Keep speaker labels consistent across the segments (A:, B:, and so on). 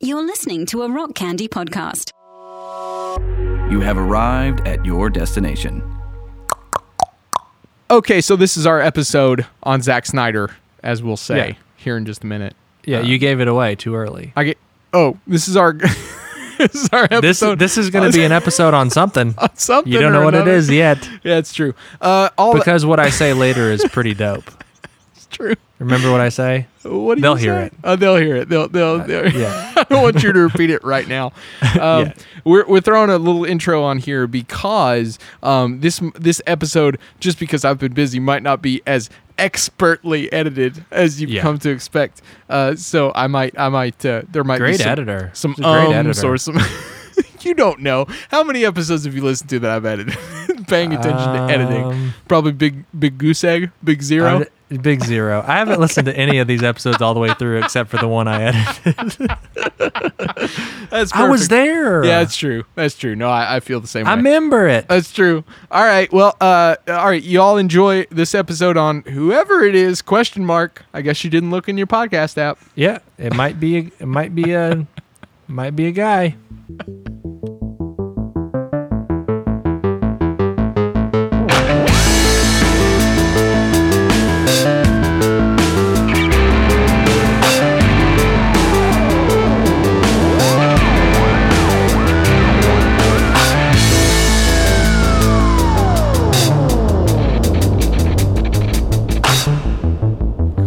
A: You're listening to a Rock Candy podcast.
B: You have arrived at your destination.
C: Okay, so this is our episode on Zack Snyder, as we'll say
D: Yeah.
C: here in just a minute.
D: Yeah, you gave it away too early.
C: I get. Oh, this is our. this is our episode.
D: This this is going to be an episode on something.
C: on something.
D: You don't know
C: or
D: what it
C: another.
D: is yet
C: Yeah, it's true. Uh, all that's
D: because what I say later is pretty dope.
C: true.
D: Remember what I say?
C: What do
D: They'll
C: you
D: hear
C: say?
D: it. Uh,
C: Oh, they'll hear it. They'll. They'll. they'll
D: yeah.
C: I don't want you to repeat it right now. Um,
D: Yeah.
C: We're we're throwing a little intro on here because um, this this episode, just because I've been busy, might not be as expertly edited as you've
D: Yeah.
C: come to expect. Uh, so I might I might uh, there might
D: Great
C: be some,
D: editor.
C: some
D: He's a great
C: ums
D: editor.
C: or some. you don't know how many episodes have you listened to that I've edited. Paying attention to editing,
D: Um,
C: probably big big goose egg, big zero.
D: I- big zero. I haven't listened to any of these episodes all the way through except for the one I edited.
C: That's
D: I was
C: perfect.
D: there.
C: Yeah, that's true. That's true. Uh, No, I, I feel the same.
D: I
C: way.
D: remember it.
C: That's true. All right. Well, uh, all right. Y'all enjoy this episode on whoever it is. Question mark. I guess you didn't look in your podcast app.
D: yeah, it might be. A, it might be a. might be a guy.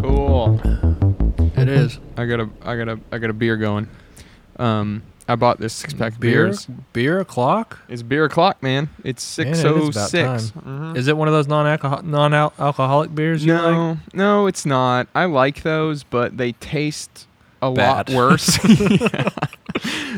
C: Cool.
D: It is.
C: I got a. I got a. I got a beer going. Um, I bought this six pack of
D: Beer.
C: beers.
D: Beer o'clock.
C: It's beer o'clock, man. It's
D: Man, it
C: six
D: is
C: oh
D: about
C: six.
D: time. Is it one of those non-alcohol, non-alcoholic beers? You like?
C: No, no, it's not. I like those, but they taste a lot
D: Bad.
C: worse. Yeah.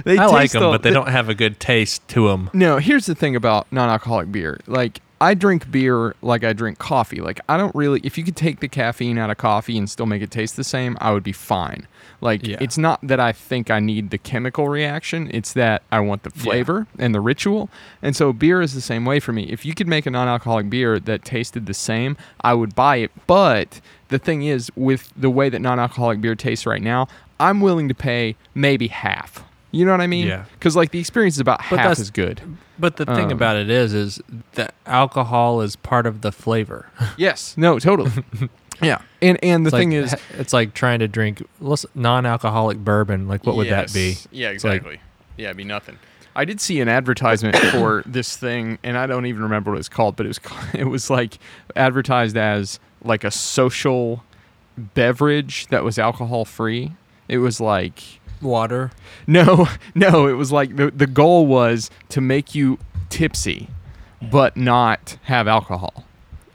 C: They
D: I like
C: taste
D: them,
C: a-
D: but they don't have a good taste to them.
C: No, here's the thing about non-alcoholic beer. Like I drink beer like I drink coffee. Like I don't really if you could take the caffeine out of coffee and still make it taste the same, I would be fine. Like
D: Yeah.
C: it's not that I think I need the chemical reaction, it's that I want the flavor and the ritual. And so beer is the same way for me. If you could make a non-alcoholic beer that tasted the same, I would buy it. But the thing is with the way that non-alcoholic beer tastes right now, I'm willing to pay maybe half. You know what I mean?
D: Yeah.
C: Because like the experience is about
D: But
C: half
D: that's-
C: as good.
D: But the thing
C: Um,
D: about it is, is the alcohol is part of the flavor.
C: Yes. No. Totally. yeah. And and the
D: It's
C: thing
D: like,
C: is,
D: ha- it's like trying to drink less- non-alcoholic bourbon. Like, what would that be?
C: Yes. Yeah.
D: like-
C: Exactly. yeah. It'd be nothing. I did see an advertisement for this thing, and I don't even remember what it's called, but it was ca- it was like advertised as like a social beverage that was alcohol free. It was like
D: Water.
C: no, no. It was like the the goal was to make you tipsy, but not have alcohol.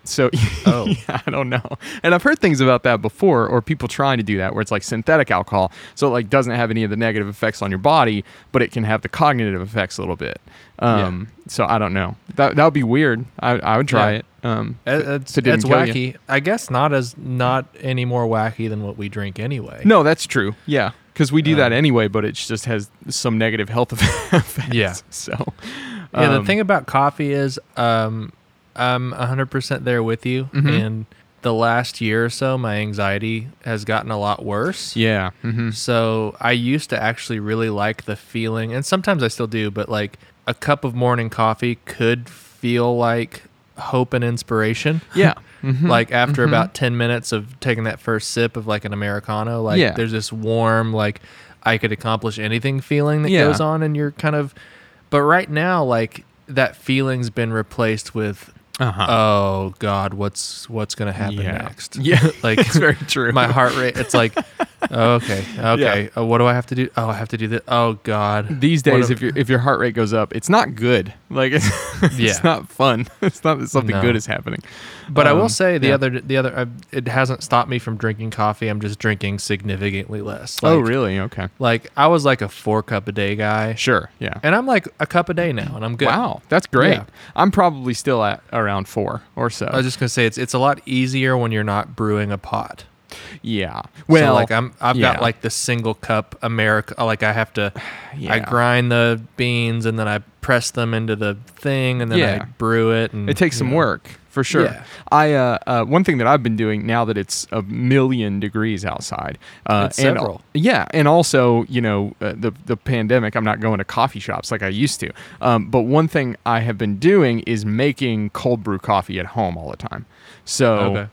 C: So
D: Oh.
C: yeah, I don't know. And I've heard things about that before, or people trying to do that, where it's like synthetic alcohol, so it like doesn't have any of the negative effects on your body, but it can have the cognitive effects a little bit. Um, So I don't know. That that would be weird. I I would try
D: Yeah.
C: it. Um,
D: That's,
C: If it didn't
D: that's
C: kill you.
D: wacky. I guess not as not any more wacky than what we drink anyway.
C: no, that's true. Yeah, because we do that
D: Um,
C: anyway, but it just has some negative health effects.
D: Yeah.
C: So
D: Yeah.
C: um,
D: the thing about coffee is, um, I'm 100% there with you.
C: Mm-hmm.
D: And the last year or so, my anxiety has gotten a lot worse.
C: Yeah.
D: Mm-hmm.
C: hmm
D: So I used to actually really like the feeling, and sometimes I still do, but like a cup of morning coffee could feel like hope and inspiration.
C: Yeah.
D: like after
C: Mm-hmm.
D: about 10 minutes of taking that first sip of like an Americano, like
C: Yeah.
D: there's this warm, like I could accomplish anything feeling that
C: Yeah.
D: goes on, and you're kind of, but right now, like that feeling's been replaced with,
C: Uh-huh.
D: oh God, what's, what's going to happen
C: Yeah.
D: next?
C: Yeah.
D: Like
C: It's very true.
D: my heart rate. It's like, oh, okay, okay. Uh, what do I have to do? Oh, I have to do this. Oh God.
C: These
D: What
C: days,
D: a-
C: if your if your heart rate goes up, it's not good. Like it's,
D: Yeah.
C: it's not fun. It's not that something
D: No.
C: good is happening.
D: but I will
C: um,
D: say the
C: yeah.
D: other the other i it hasn't stopped me from drinking coffee. I'm just drinking significantly less. Like,
C: oh, really? Okay.
D: Like I was like a four cup a day guy,
C: Sure. Yeah.
D: and I'm like a cup a day now, and I'm good.
C: Wow, that's great.
D: Yeah.
C: I'm probably still at around four or so.
D: I was just gonna say it's it's a lot easier when you're not brewing a pot.
C: yeah.
D: Well,
C: Well,
D: like I'm I've
C: yeah.
D: got like the single cup America. Like uh, I have to, I
C: Yeah.
D: grind the beans and then I press them into the thing and then
C: Yeah.
D: I brew it. And
C: It takes some
D: Mm, yeah.
C: work for sure.
D: Yeah.
C: I uh, uh, one thing that I've been doing now that it's a million degrees outside, uh,
D: It's
C: and
D: several.
C: yeah, and also you know uh, the the pandemic. I'm not going to coffee shops like I used to. Um, but one thing I have been doing is making cold brew coffee at home all the time. So
D: Okay.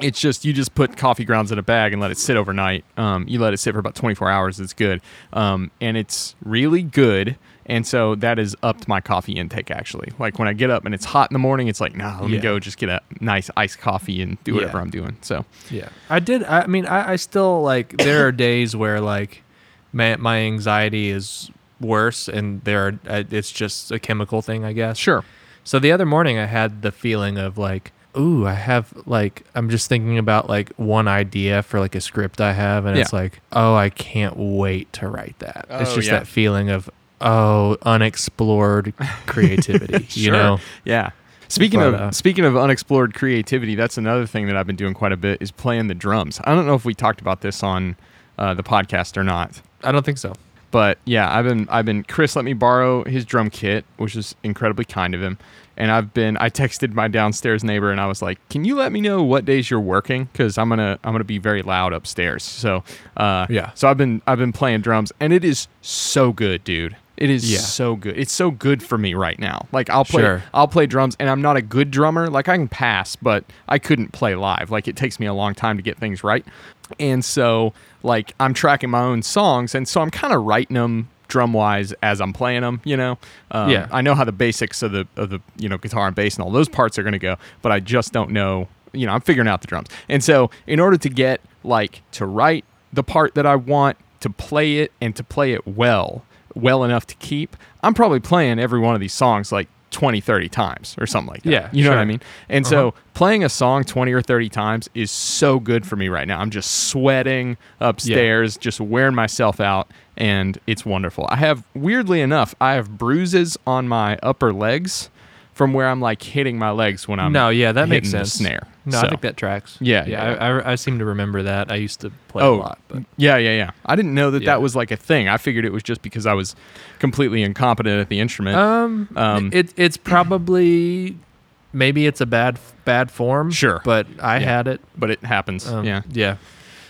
C: it's just you just put coffee grounds in a bag and let it sit overnight. Um, you let it sit for about 24 hours. It's good, um, and it's really good. And so that has upped my coffee intake actually. Like when I get up and it's hot in the morning, it's like, nah, let me
D: Yeah.
C: go just get a nice iced coffee and do whatever
D: Yeah.
C: I'm doing. So
D: Yeah, I did. I mean, I, I still like. There are days where like, my my anxiety is worse, and there are. I- It's just a chemical thing, I guess.
C: sure,
D: So the other morning, I had the feeling of like, ooh, I have like, I'm just thinking about like one idea for like a script I have, and it's
C: Yeah.
D: like, oh, I can't wait to write that. it's
C: Oh,
D: just
C: yeah.
D: that feeling of oh, unexplored creativity. You
C: Sure.
D: know.
C: yeah. Speaking
D: But,
C: of
D: uh,
C: speaking of unexplored creativity, that's another thing that I've been doing quite a bit is playing the drums. I don't know if we talked about this on uh, the podcast or not.
D: I don't think so.
C: But yeah, I've been I've been Chris let me borrow his drum kit, which is incredibly kind of him. And I've been I texted my downstairs neighbor and I was like, "Can you let me know what days you're working cuz I'm going to I'm going to be very loud upstairs." So, uh
D: Yeah.
C: So I've been I've been playing drums and it is so good, dude. It is
D: Yeah.
C: so good. It's so good for me right now. Like I'll play
D: Sure.
C: I'll play drums and I'm not a good drummer. Like I can pass, but I couldn't play live. Like it takes me a long time to get things right. And so like I'm tracking my own songs and so I'm kind of writing them drum wise as I'm playing them, you know. Um,
D: Yeah.
C: I know how the basics of the of the, you know, guitar and bass and all those parts are going to go, but I just don't know, you know, I'm figuring out the drums. And so in order to get like to write the part that I want to play it and to play it well, well enough to keep, I'm probably playing every one of these songs like 20, 30 times or something like that.
D: Yeah,
C: You know what I
D: sure.
C: mean? And
D: Uh-huh.
C: so playing a song 20 or 30 times is so good for me right now. I'm just sweating upstairs, just wearing myself out, and it's wonderful. I have, weirdly enough, I have bruises on my upper legs from where I'm like hitting my legs when I'm
D: no, yeah, that makes
C: hitting the
D: sense.
C: snare.
D: No,
C: So-
D: I think that tracks.
C: Yeah,
D: yeah.
C: yeah, Oh.
D: I, I, I seem to remember that. I used to play a lot, but
C: yeah, yeah, yeah. I didn't know that
D: Yeah.
C: that was like a thing. I figured it was just because I was completely incompetent at the instrument.
D: um,
C: Um,
D: it it's probably maybe it's a bad bad form.
C: Sure.
D: but I
C: Yeah.
D: had it.
C: but it happens.
D: Um,
C: yeah.
D: yeah.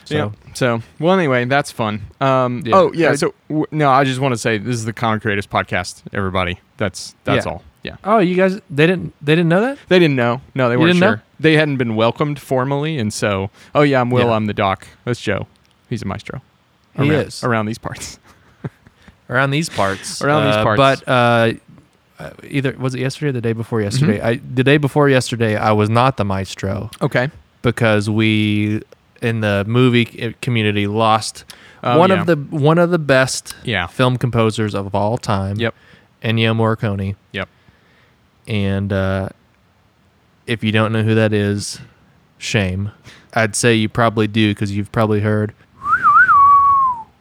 D: So
C: Yeah. So well, anyway, that's fun. Um,
D: Yeah. Uh,
C: Oh yeah.
D: I-
C: so w- no, I just want to say this is the Common Creators podcast. Everybody, that's that's
D: Yeah.
C: all. Yeah.
D: oh, you guys they didn't they didn't know that?
C: They didn't know. No, they
D: You
C: weren't
D: didn't know?
C: sure. They hadn't been welcomed formally, and so oh yeah, I'm Will.
D: Yeah.
C: I'm the doc. That's Joe. He's a maestro.
D: He
C: Around-
D: is.
C: around these parts.
D: Around these parts.
C: Around these
D: Uh,
C: parts.
D: But uh, uh, either was it yesterday or the day before yesterday?
C: Mm-hmm.
D: I the day before yesterday I was not the maestro
C: Okay.
D: because we in the movie c- community lost
C: Oh,
D: one
C: yeah.
D: of the one of the best
C: Yeah.
D: film composers of all time.
C: Yep.
D: Ennio Morricone.
C: Yep.
D: And uh, if you don't know who that is, shame. I'd say you probably do because you've probably heard.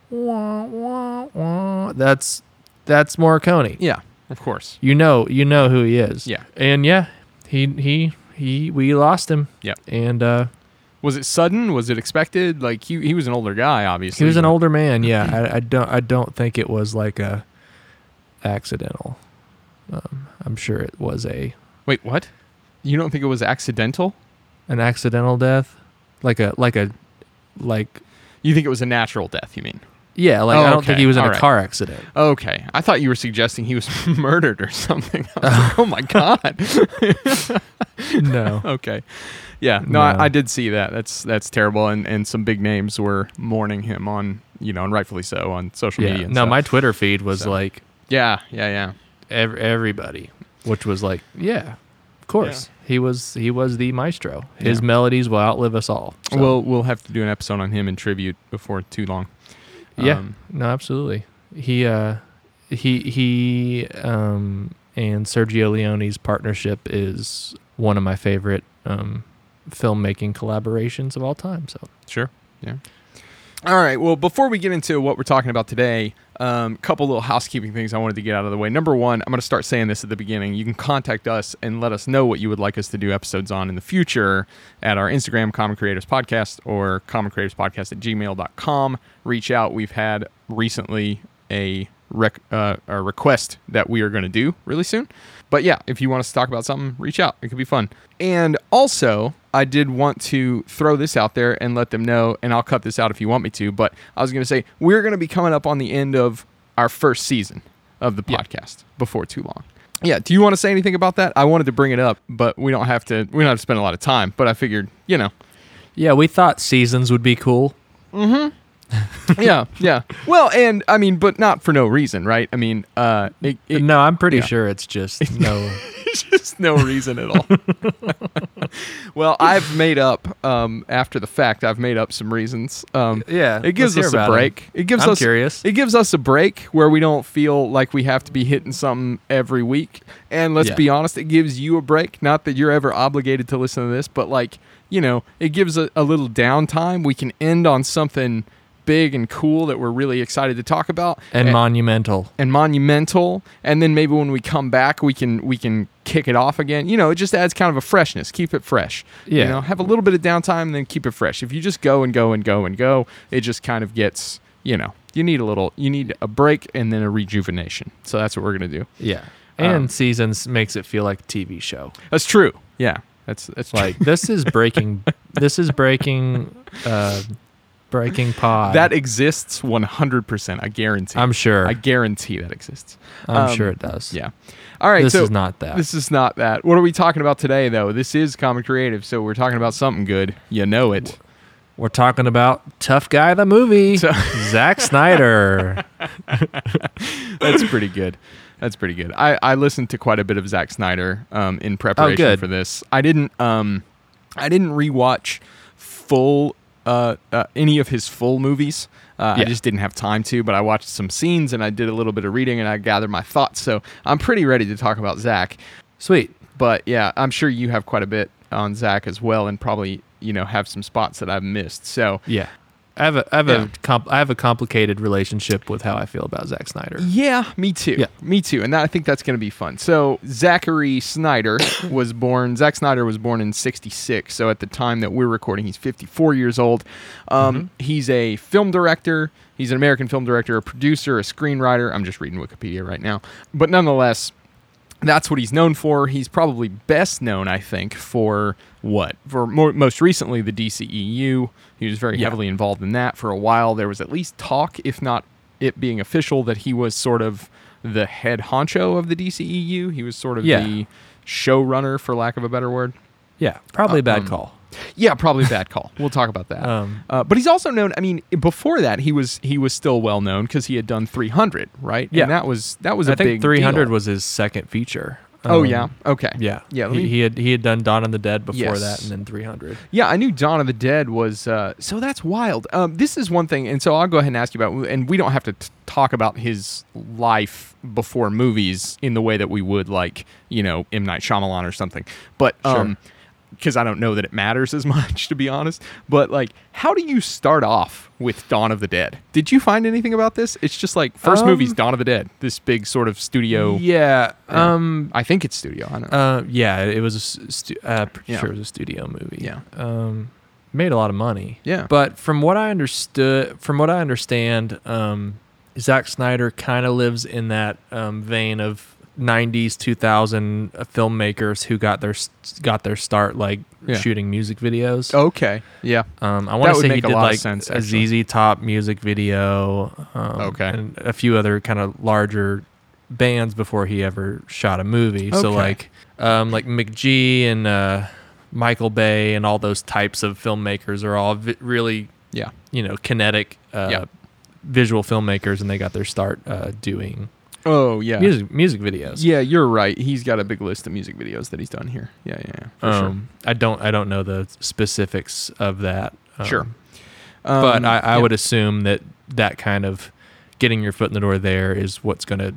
D: Wah, wah, wah. That's that's Morricone.
C: Yeah. Of course.
D: You know, you know who he is.
C: Yeah.
D: And yeah, he he he. We lost him.
C: Yep.
D: And uh,
C: Was it sudden? Was it expected? Like he he was an older guy, obviously.
D: he was an
C: but-
D: older man. Yeah. I, I don't I don't think it was like a accidental. Um, I'm sure it was a
C: Wait, what? You don't think it was accidental?
D: an accidental death like a like a like
C: You think it was a natural death? You mean?
D: yeah like
C: Oh,
D: i don't think
C: okay.
D: he was in
C: All
D: a
C: right.
D: car accident
C: Okay, I thought you were suggesting he was murdered or something. I was like, oh my god.
D: no
C: Okay, yeah, no, I,
D: No.
C: I did see that. That's that's terrible, and and some big names were mourning him on you know, and rightfully so on social
D: yeah
C: media. And
D: no
C: stuff.
D: my twitter feed was
C: So.
D: like
C: yeah, yeah, yeah.
D: ev- everybody which was like yeah of course he was he was the maestro his
C: Yeah.
D: melodies will outlive us all So,
C: We'll we'll have to do an episode on him in tribute before too long.
D: yeah
C: um,
D: no absolutely he uh he he um and sergio leone's partnership is one of my favorite um filmmaking collaborations of all time so
C: Sure. Yeah. All right. Well, before we get into what we're talking about today, a couple little housekeeping things I wanted to get out of the way. Number one, I'm going to start saying this at the beginning. You can contact us and let us know what you would like us to do episodes on in the future at our Instagram, Common Creators Podcast, or Common Creators Podcast at gmail.com. Reach out. We've had recently a rec- uh, or request that we are going to do really soon. But yeah, if you want us to talk about something, reach out. It could be fun. And also, I did want to throw this out there and let them know, and I'll cut this out if you want me to, but I was going to say we're going to be coming up on the end of our first season of the
D: Yeah.
C: podcast before too long. Yeah, do you want to say anything about that? I wanted to bring it up, but we don't have to we don't have to spend a lot of time, but I figured, you know,
D: Yeah, we thought seasons would be cool.
C: yeah, yeah. Well, and I mean, but not for no reason, right? I mean, uh, it, it,
D: no, I'm pretty
C: yeah.
D: sure it's just no.
C: just no reason at all. well, I've made up um, after the fact. I've made up some reasons. Um,
D: Yeah,
C: it gives
D: let's hear
C: us a
D: about 'em.
C: break. It gives
D: I'm
C: us
D: curious.
C: It gives us a break where we don't feel like we have to be hitting something every week. And let's
D: Yeah.
C: be honest, it gives you a break. Not that you're ever obligated to listen to this, but like you know, it gives a, a little downtime. We can end on something big and cool that we're really excited to talk about
D: and monumental.
C: and monumental and then maybe when we come back we can we can kick it off again you know it just adds kind of a freshness keep it fresh you
D: Yeah.
C: know have a little bit of downtime and then keep it fresh if you just go and go and go and go it just kind of gets you know you need a little you need a break and then a rejuvenation so that's what we're gonna do
D: Yeah.
C: Um,
D: And seasons makes it feel like a TV show.
C: that's true yeah that's that's like
D: Like this is breaking. this is breaking. Uh, breaking pod.
C: that exists 100% i guarantee
D: I'm sure.
C: i
D: I,
C: guarantee that exists
D: am
C: um,
D: sure it does.
C: yeah all right
D: this
C: so
D: is not that.
C: This is not that. What are we talking about today, though? This is Common Creative, so we're talking about something good. You know it.
D: We're talking about Tough Guy the movie.
C: So-
D: Zack Snyder.
C: That's pretty good. That's pretty good. I, I listened to quite a bit of Zack Snyder um, in preparation
D: Oh, good.
C: for this. I didn't um, I didn't rewatch full uh, uh, any of his full movies. Uh, I
D: Yeah.
C: just didn't have time to, but I watched some scenes and I did a little bit of reading and I gathered my thoughts. So I'm pretty ready to talk about Zack.
D: Sweet.
C: But yeah, I'm sure you have quite a bit on Zach as well, and probably you know have some spots that I've missed. So
D: Yeah. I have a I have
C: Yeah.
D: a comp, I have a complicated relationship with how I feel about Zack Snyder.
C: yeah, me too.
D: Yeah.
C: me too. And that, I think that's going to be fun. So Zachary Snyder was born. Zack Snyder was born in '66. So at the time that we're recording, he's 54 years old.
D: Mm-hmm.
C: Um, He's a film director. He's an American film director, a producer, a screenwriter. I'm just reading Wikipedia right now, but nonetheless. that's what he's known for. He's probably best known, I think, for what? For more, most recently, the DCEU. He was very
D: Yeah.
C: heavily involved in that for a while. There was at least talk, if not it being official, that he was sort of the head honcho of the DCEU. He was sort of
D: Yeah.
C: the showrunner, for lack of a better word.
D: Yeah, probably a bad
C: um,
D: call.
C: Yeah, probably bad call. We'll talk about that.
D: Um,
C: uh, but he's also known. I mean, before that, he was he was still well known because he had done 300, right?
D: Yeah.
C: and that was that was a
D: I think
C: big
D: 300
C: deal.
D: was his second feature.
C: Oh
D: Um,
C: yeah. Okay.
D: Yeah.
C: Yeah. let
D: He,
C: me-
D: he had he had done Dawn of the Dead before
C: Yes.
D: that, and then 300.
C: Yeah, I knew Dawn of the Dead was uh, so that's wild. Um, this is one thing, and so I'll go ahead and ask you about, and we don't have to t- talk about his life before movies in the way that we would like, you know, M Night Shyamalan or something, but um, because I don't know that it matters as much to be honest. But like, how do you start off with Dawn of the Dead? Did you find anything about this? It's just like first
D: Um,
C: movie's Dawn of the Dead, this big sort of studio.
D: Yeah. Um.
C: I think it's studio. I don't know.
D: Uh. Yeah. It was a s- stu- uh, pretty
C: Yeah.
D: sure it was a studio movie.
C: Yeah.
D: Um. Made a lot of money.
C: Yeah.
D: But from what I understood, from what I understand, um, Zack Snyder kind of lives in that um, vein of 90s 2000 uh, filmmakers who got their s- got their start like
C: Yeah.
D: shooting music videos.
C: okay. Yeah.
D: Um, I want
C: would
D: to say he
C: make a
D: did
C: lot of
D: like
C: sense,
D: a
C: actually.
D: ZZ Top music video, um,
C: Okay.
D: and a few other kind of larger bands before he ever shot a movie. So
C: Okay.
D: like, um, like McGee and uh, Michael Bay and all those types of filmmakers are all vi- really
C: Yeah.
D: you know kinetic uh,
C: Yeah.
D: visual filmmakers, and they got their start uh, doing
C: Oh yeah.
D: music music videos.
C: Yeah, you're right. He's got a big list of music videos that he's done here. Yeah, yeah, yeah, for
D: Um, I don't I don't know the specifics of that. Um,
C: sure. Sure.
D: but
C: Um,
D: I, I
C: yeah.
D: would assume that that kind of getting your foot in the door there is what's going to,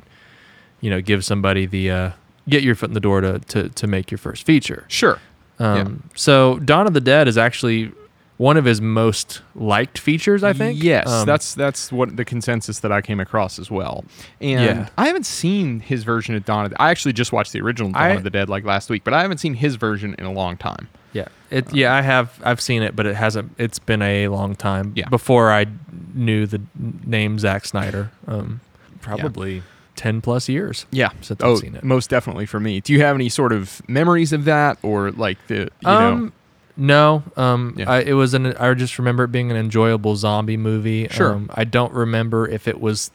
D: you know, give somebody the uh, get your foot in the door to to, to make your first feature.
C: Sure.
D: Um, So Dawn of the Dead is actually one of his most liked features, I think.
C: Yes,
D: Um,
C: that's that's what the consensus that I came across as well. And
D: Yeah.
C: I haven't seen his version of Dawn of the I actually just watched the original Dawn
D: I-
C: of the Dead like last week, but I haven't seen his version in a long time.
D: yeah. It
C: Uh,
D: yeah I have I've seen it, but it hasn't. It's been a long time
C: Yeah.
D: before I knew the n- name Zack Snyder. Um, probably 10 plus years.
C: Yeah.
D: Since I've
C: oh,
D: seen it.
C: most definitely for me. Do you have any sort of memories of that or like the you know?
D: um, no, um,
C: Yeah.
D: I, it was an. I just remember it being an enjoyable zombie movie.
C: Sure.
D: Um, I don't remember if it was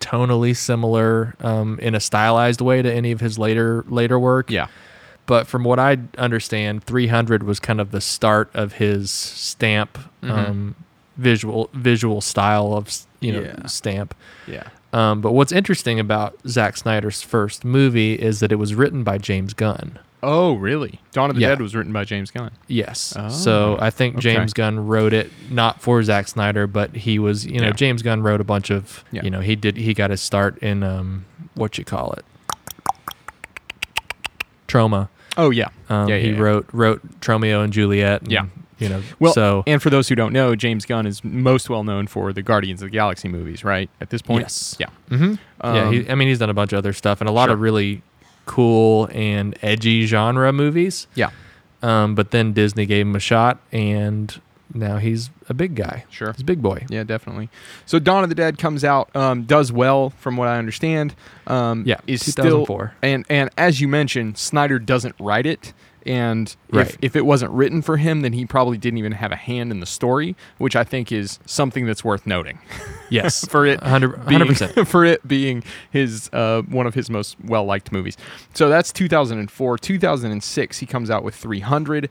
D: tonally similar um, in a stylized way to any of his later later work.
C: Yeah.
D: But from what I understand, 300 was kind of the start of his stamp
C: Mm-hmm.
D: um, visual visual style of s- you know
C: Yeah.
D: stamp.
C: Yeah.
D: Um, but what's interesting about Zack Snyder's first movie is that it was written by James Gunn.
C: Oh, really? Dawn of the
D: Yeah.
C: Dead was written by James Gunn.
D: Yes.
C: Oh,
D: so I think
C: okay.
D: James Gunn wrote it not for Zack Snyder, but he was, you know,
C: Yeah.
D: James Gunn wrote a bunch of,
C: Yeah.
D: you know, he did, he got his start in, um, what you call it, Troma.
C: Oh, yeah.
D: Um,
C: yeah,
D: he
C: yeah, yeah.
D: wrote wrote Tromeo and Juliet. and,
C: Yeah.
D: You know,
C: Well,
D: so
C: and for those who don't know, James Gunn is most well known for the Guardians of the Galaxy movies, right? At this point,
D: Yes.
C: Yeah.
D: hmm yeah,
C: Um,
D: he, I mean, he's done a bunch of other stuff and a lot
C: Sure.
D: of really cool and edgy genre movies.
C: Yeah.
D: Um, but then Disney gave him a shot, and now he's a big guy.
C: Sure.
D: he's a big boy.
C: Yeah, definitely. So Dawn of the Dead comes out, um, does well from what I understand. Um,
D: Yeah,
C: is still
D: 2004.
C: and and as you mentioned, Snyder doesn't write it, and
D: Right.
C: if, if it wasn't written for him, then he probably didn't even have a hand in the story, which I think is something that's worth noting
D: Yes,
C: for it.
D: 100
C: being-
D: 100%.
C: for it being his uh, one of his most well liked movies. So that's 2004, 2006. He comes out with 300.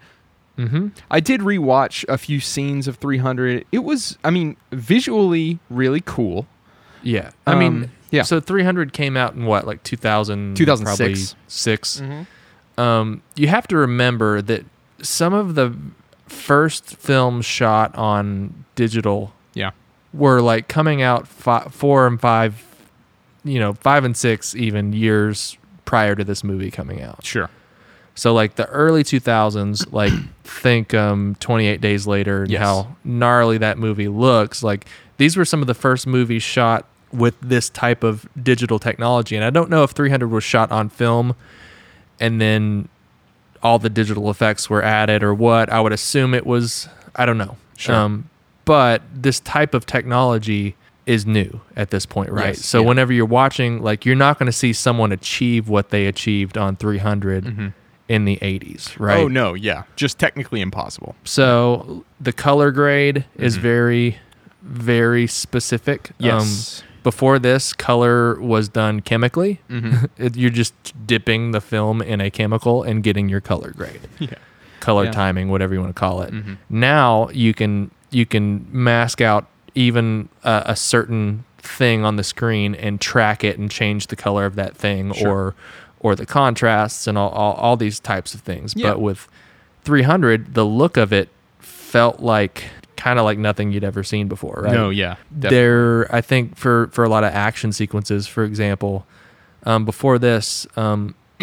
D: Mm-hmm.
C: I did rewatch a few scenes of 300. It was, I mean, visually really cool.
D: Yeah. I mean,
C: Um, yeah.
D: So 300 came out in what, like 2000?
C: 2006.
D: probably 6 Um, you have to remember that some of the first films shot on digital
C: Yeah.
D: were like coming out fi- four and five, you know, five and six even years prior to this movie coming out.
C: Sure.
D: So like the early 2000s, like think um 28 days later and
C: Yes.
D: how gnarly that movie looks. Like these were some of the first movies shot with this type of digital technology and I don't know if 300 was shot on film and then all the digital effects were added or what. I would assume it was I don't know.
C: Sure.
D: Um but this type of technology is new at this point, right?
C: Yes,
D: so
C: yeah.
D: whenever you're watching, like you're not going to see someone achieve what they achieved on 300 in the 80s, right?
C: Mm-hmm. Oh, no. Yeah. Just technically impossible.
D: So the color grade is very, very specific.
C: Mm-hmm. Yes.
D: Um, before this, color was done chemically.
C: Mm-hmm.
D: It- You're just dipping the film in a chemical and getting your color grade,
C: Yeah.
D: color
C: Yeah. Mm-hmm.
D: timing, whatever you want to call it. Now you can you can mask out even a, a certain thing on the screen and track it and change the color of that thing or or the contrasts and all, all, all these types of things.
C: Yeah.
D: But with 300, the look of it felt like kind of like nothing you'd ever seen before, right?
C: No, yeah. def-
D: there i think for for a lot of action sequences for example um, before this um,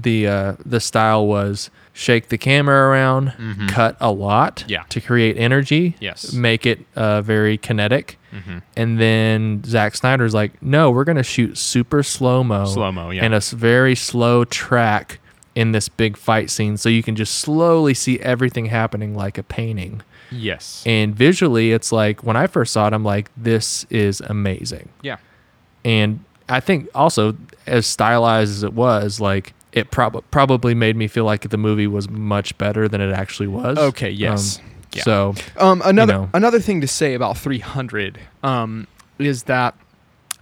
D: the uh, the style was shake the camera around cut a lot
C: Mm-hmm. Yeah.
D: to create energy
C: Yes. Mm-hmm.
D: make it uh, very kinetic and then Zack Snyder's like no we're going to shoot super slow mo
C: Slow-mo, yeah.
D: and a s- very slow track in this big fight scene so you can just slowly see everything happening like a painting
C: yes.
D: and visually, it's like when I first saw it, I'm like, this is amazing.
C: yeah.
D: And I think also, as stylized as it was, like it prob- probably made me feel like the movie was much better than it actually was.
C: Okay, yes.
D: Um,
C: Yeah.
D: So,
C: Um, another
D: know.
C: another thing to say about 300 um, is that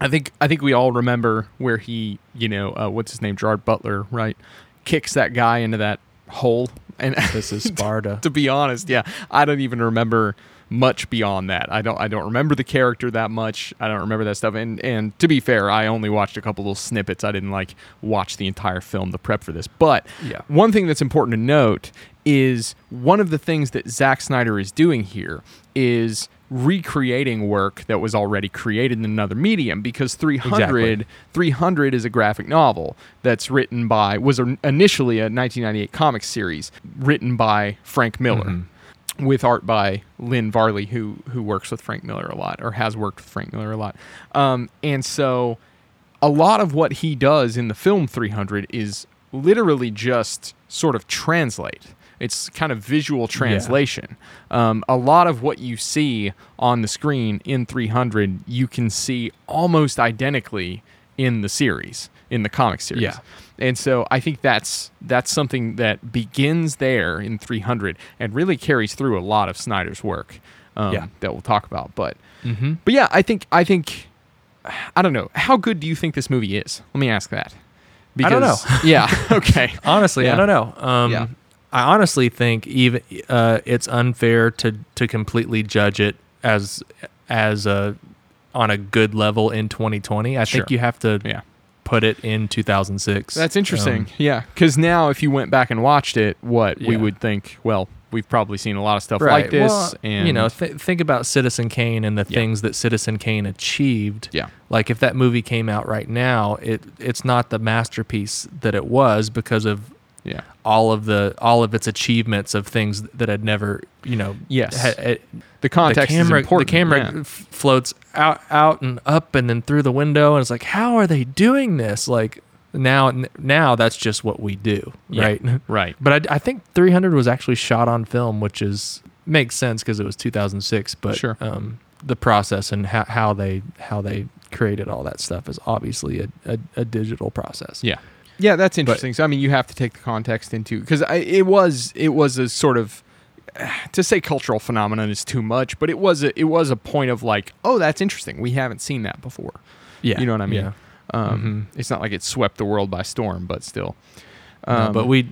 C: I think I think we all remember where he, you know, uh, what's his name, Gerard Butler, right? Kicks that guy into that hole, and
D: this is Sparta.
C: to be honest, yeah, I don't even remember much beyond that. I don't I don't remember the character that much. I don't remember that stuff. And and to be fair, I only watched a couple little snippets. I didn't like watch the entire film to prep for this. But
D: Yeah.
C: one thing that's important to note is one of the things that Zack Snyder is doing here is recreating work that was already created in another medium because 300
D: Exactly.
C: 300 is a graphic novel that's written by was an- initially a 1998 comic series written by Frank Miller with art by Lynn Varley who who works with Frank Miller a lot or has worked with Frank Miller a lot um, and so a lot of what he does in the film 300 is literally just sort of translate It's kind of visual translation. Um, a lot of what you see on the screen in 300, you can see almost identically in the series, in the comic series.
D: Yeah.
C: And so I think that's that's something that begins there in 300 and really carries through a lot of Snyder's work um,
D: Yeah.
C: that we'll talk about. But
D: Mm-hmm.
C: but yeah, I think I think I don't know. How good do you think this movie is? Let me ask that.
D: I don't
C: yeah. Okay.
D: Honestly,
C: Yeah.
D: I don't know. Um,
C: Yeah.
D: I honestly think even uh, it's unfair to to completely judge it as as a on a good level in 2020. I
C: Sure.
D: think you have to
C: Yeah.
D: put it in 2006.
C: That's interesting.
D: Um,
C: yeah. Because now, if you went back and watched it, what we
D: Yeah.
C: would think, well, we've probably seen a lot of stuff like this,
D: Well,
C: and
D: you know, th- think about Citizen Kane and the
C: Yeah.
D: things that Citizen Kane achieved.
C: yeah,
D: Like if that movie came out right now, it it's not the masterpiece that it was because of
C: yeah,
D: all of the all of its achievements of things that had never, you know,
C: Yes.
D: ha- eh,
C: the context
D: the camera,
C: is important.
D: The camera
C: yeah.
D: f- floats out, out and up, and then through the window, and it's like, how are they doing this? Like now, n- now that's just what we do,
C: Yeah,
D: right?
C: right.
D: But I, I think 300 was actually shot on film, which is makes sense because it was 2006. But
C: Sure.
D: um, the process and how, how they how they created all that stuff is obviously a, a, a digital process.
C: Yeah, yeah, that's interesting. so I mean, you have to take the context into because it was it was a sort of to say cultural phenomenon is too much, but it was a, it was a point of like, oh, that's interesting. We haven't seen that before.
D: yeah,
C: You know what I mean?
D: Yeah.
C: Um, It's not like it swept the world by storm, but still.
D: No,
C: Um,
D: but we,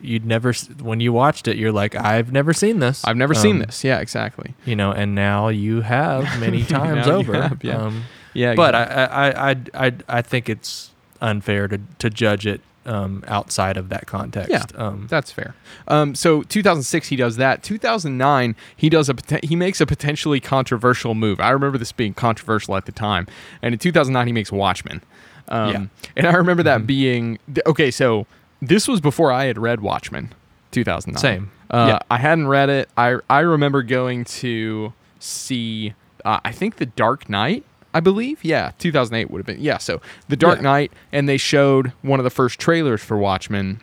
D: you'd never s- when you watched it, you're like, I've never seen this.
C: I've never seen
D: Um,
C: this. Yeah, exactly.
D: you know, and now you have many times
C: Now you
D: over.
C: have, yeah.
D: Um,
C: Yeah,
D: but
C: exactly.
D: I, I, I, I, I think it's unfair to, to judge it um, outside of that context.
C: Yeah.
D: Um,
C: That's fair. Um, so 2006 he does that. 2009 he does a poten- he makes a potentially controversial move. I remember this being controversial at the time. And in 2009 he makes Watchmen. Um, And I remember
D: Mm-hmm.
C: that being th- okay. So this was before I had read Watchmen. 2009.
D: Same.
C: Uh,
D: Yeah.
C: I hadn't read it. I I remember going to see. Uh, I think The Dark Knight. I believe, yeah, 2008 would have been, yeah. So The Dark
D: Yeah.
C: Knight, and they showed one of the first trailers for Watchmen,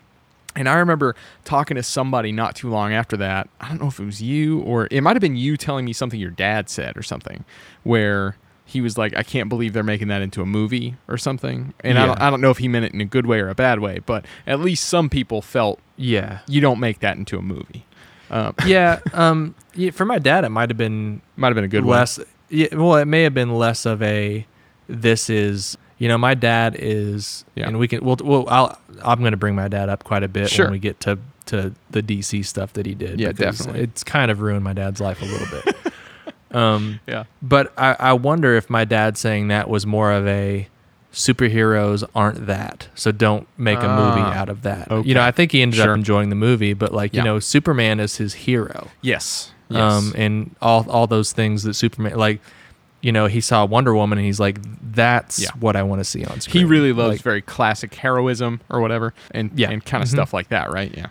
C: and I remember talking to somebody not too long after that. I don't know if it was you or it might have been you telling me something your dad said or something, where he was like, "I can't believe they're making that into a movie" or something. And I, don't,
D: Yeah.
C: I don't know if he meant it in a good way or a bad way, but at least some people felt
D: yeah.
C: you don't make that into a movie. Um,
D: Yeah. um, yeah. For my dad, it might have been
C: might have been a good one.
D: less. Yeah, well, it may have been less of a. This is you know my dad is
C: Yeah.
D: and we can well well I'll I'm going to bring my dad up quite a bit
C: Sure.
D: when we get to to the DC stuff that he did.
C: Yeah,
D: because
C: definitely.
D: It's kind of ruined my dad's life a little bit. um,
C: Yeah.
D: but I, I wonder if my dad saying that was more of a superheroes aren't that so don't make a movie
C: Ah,
D: out of that
C: okay.
D: you know i think he ended
C: Sure.
D: up enjoying the movie but like
C: Yeah.
D: you know superman is his hero
C: Yes.
D: um, and all all those things that Superman like. You know, he saw Wonder Woman, and he's like, "That's
C: Yeah.
D: what I want to see on
C: he
D: screen."
C: really loves
D: Like,
C: very classic heroism or whatever, and
D: Yeah.
C: and kind of
D: Mhm.
C: stuff like that, right? Yeah.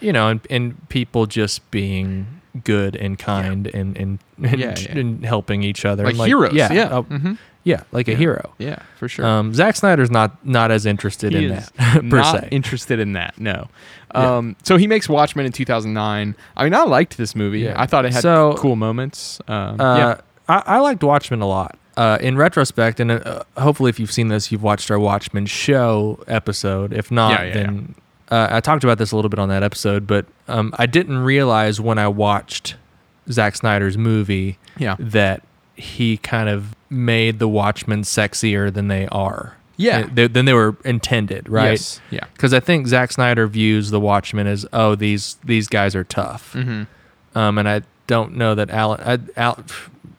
D: you know, and, and people just being good and kind and and and,
C: Yeah, yeah.
D: and helping each other,
C: Like heroes, yeah.
D: uh,
C: Mhm.
D: yeah, like a hero.
C: Yeah, for sure.
D: Um, Zack Snyder's not not as interested
C: He
D: in
C: is
D: that per
C: not
D: se.
C: interested in that. No.
D: Yeah.
C: Um, So he makes Watchmen in 2009. I mean, I liked this movie.
D: Yeah.
C: I thought it had
D: So,
C: cool moments. Um,
D: Uh, I, I liked Watchmen a lot. Uh, in retrospect, and uh, hopefully, if you've seen this, you've watched our Watchmen show episode. If not,
C: Yeah, yeah,
D: then Uh, I talked about this a little bit on that episode, but um, I didn't realize when I watched Zack Snyder's movie
C: yeah, yeah,
D: that he kind of made the Watchmen sexier than they are.
C: Yeah.
D: Uh, they- than they were intended, right?
C: Yes. Yeah.
D: Because I think Zack Snyder views the Watchmen as, oh, these these guys are tough
C: hmm
D: um, and I don't know that Alan I, Al,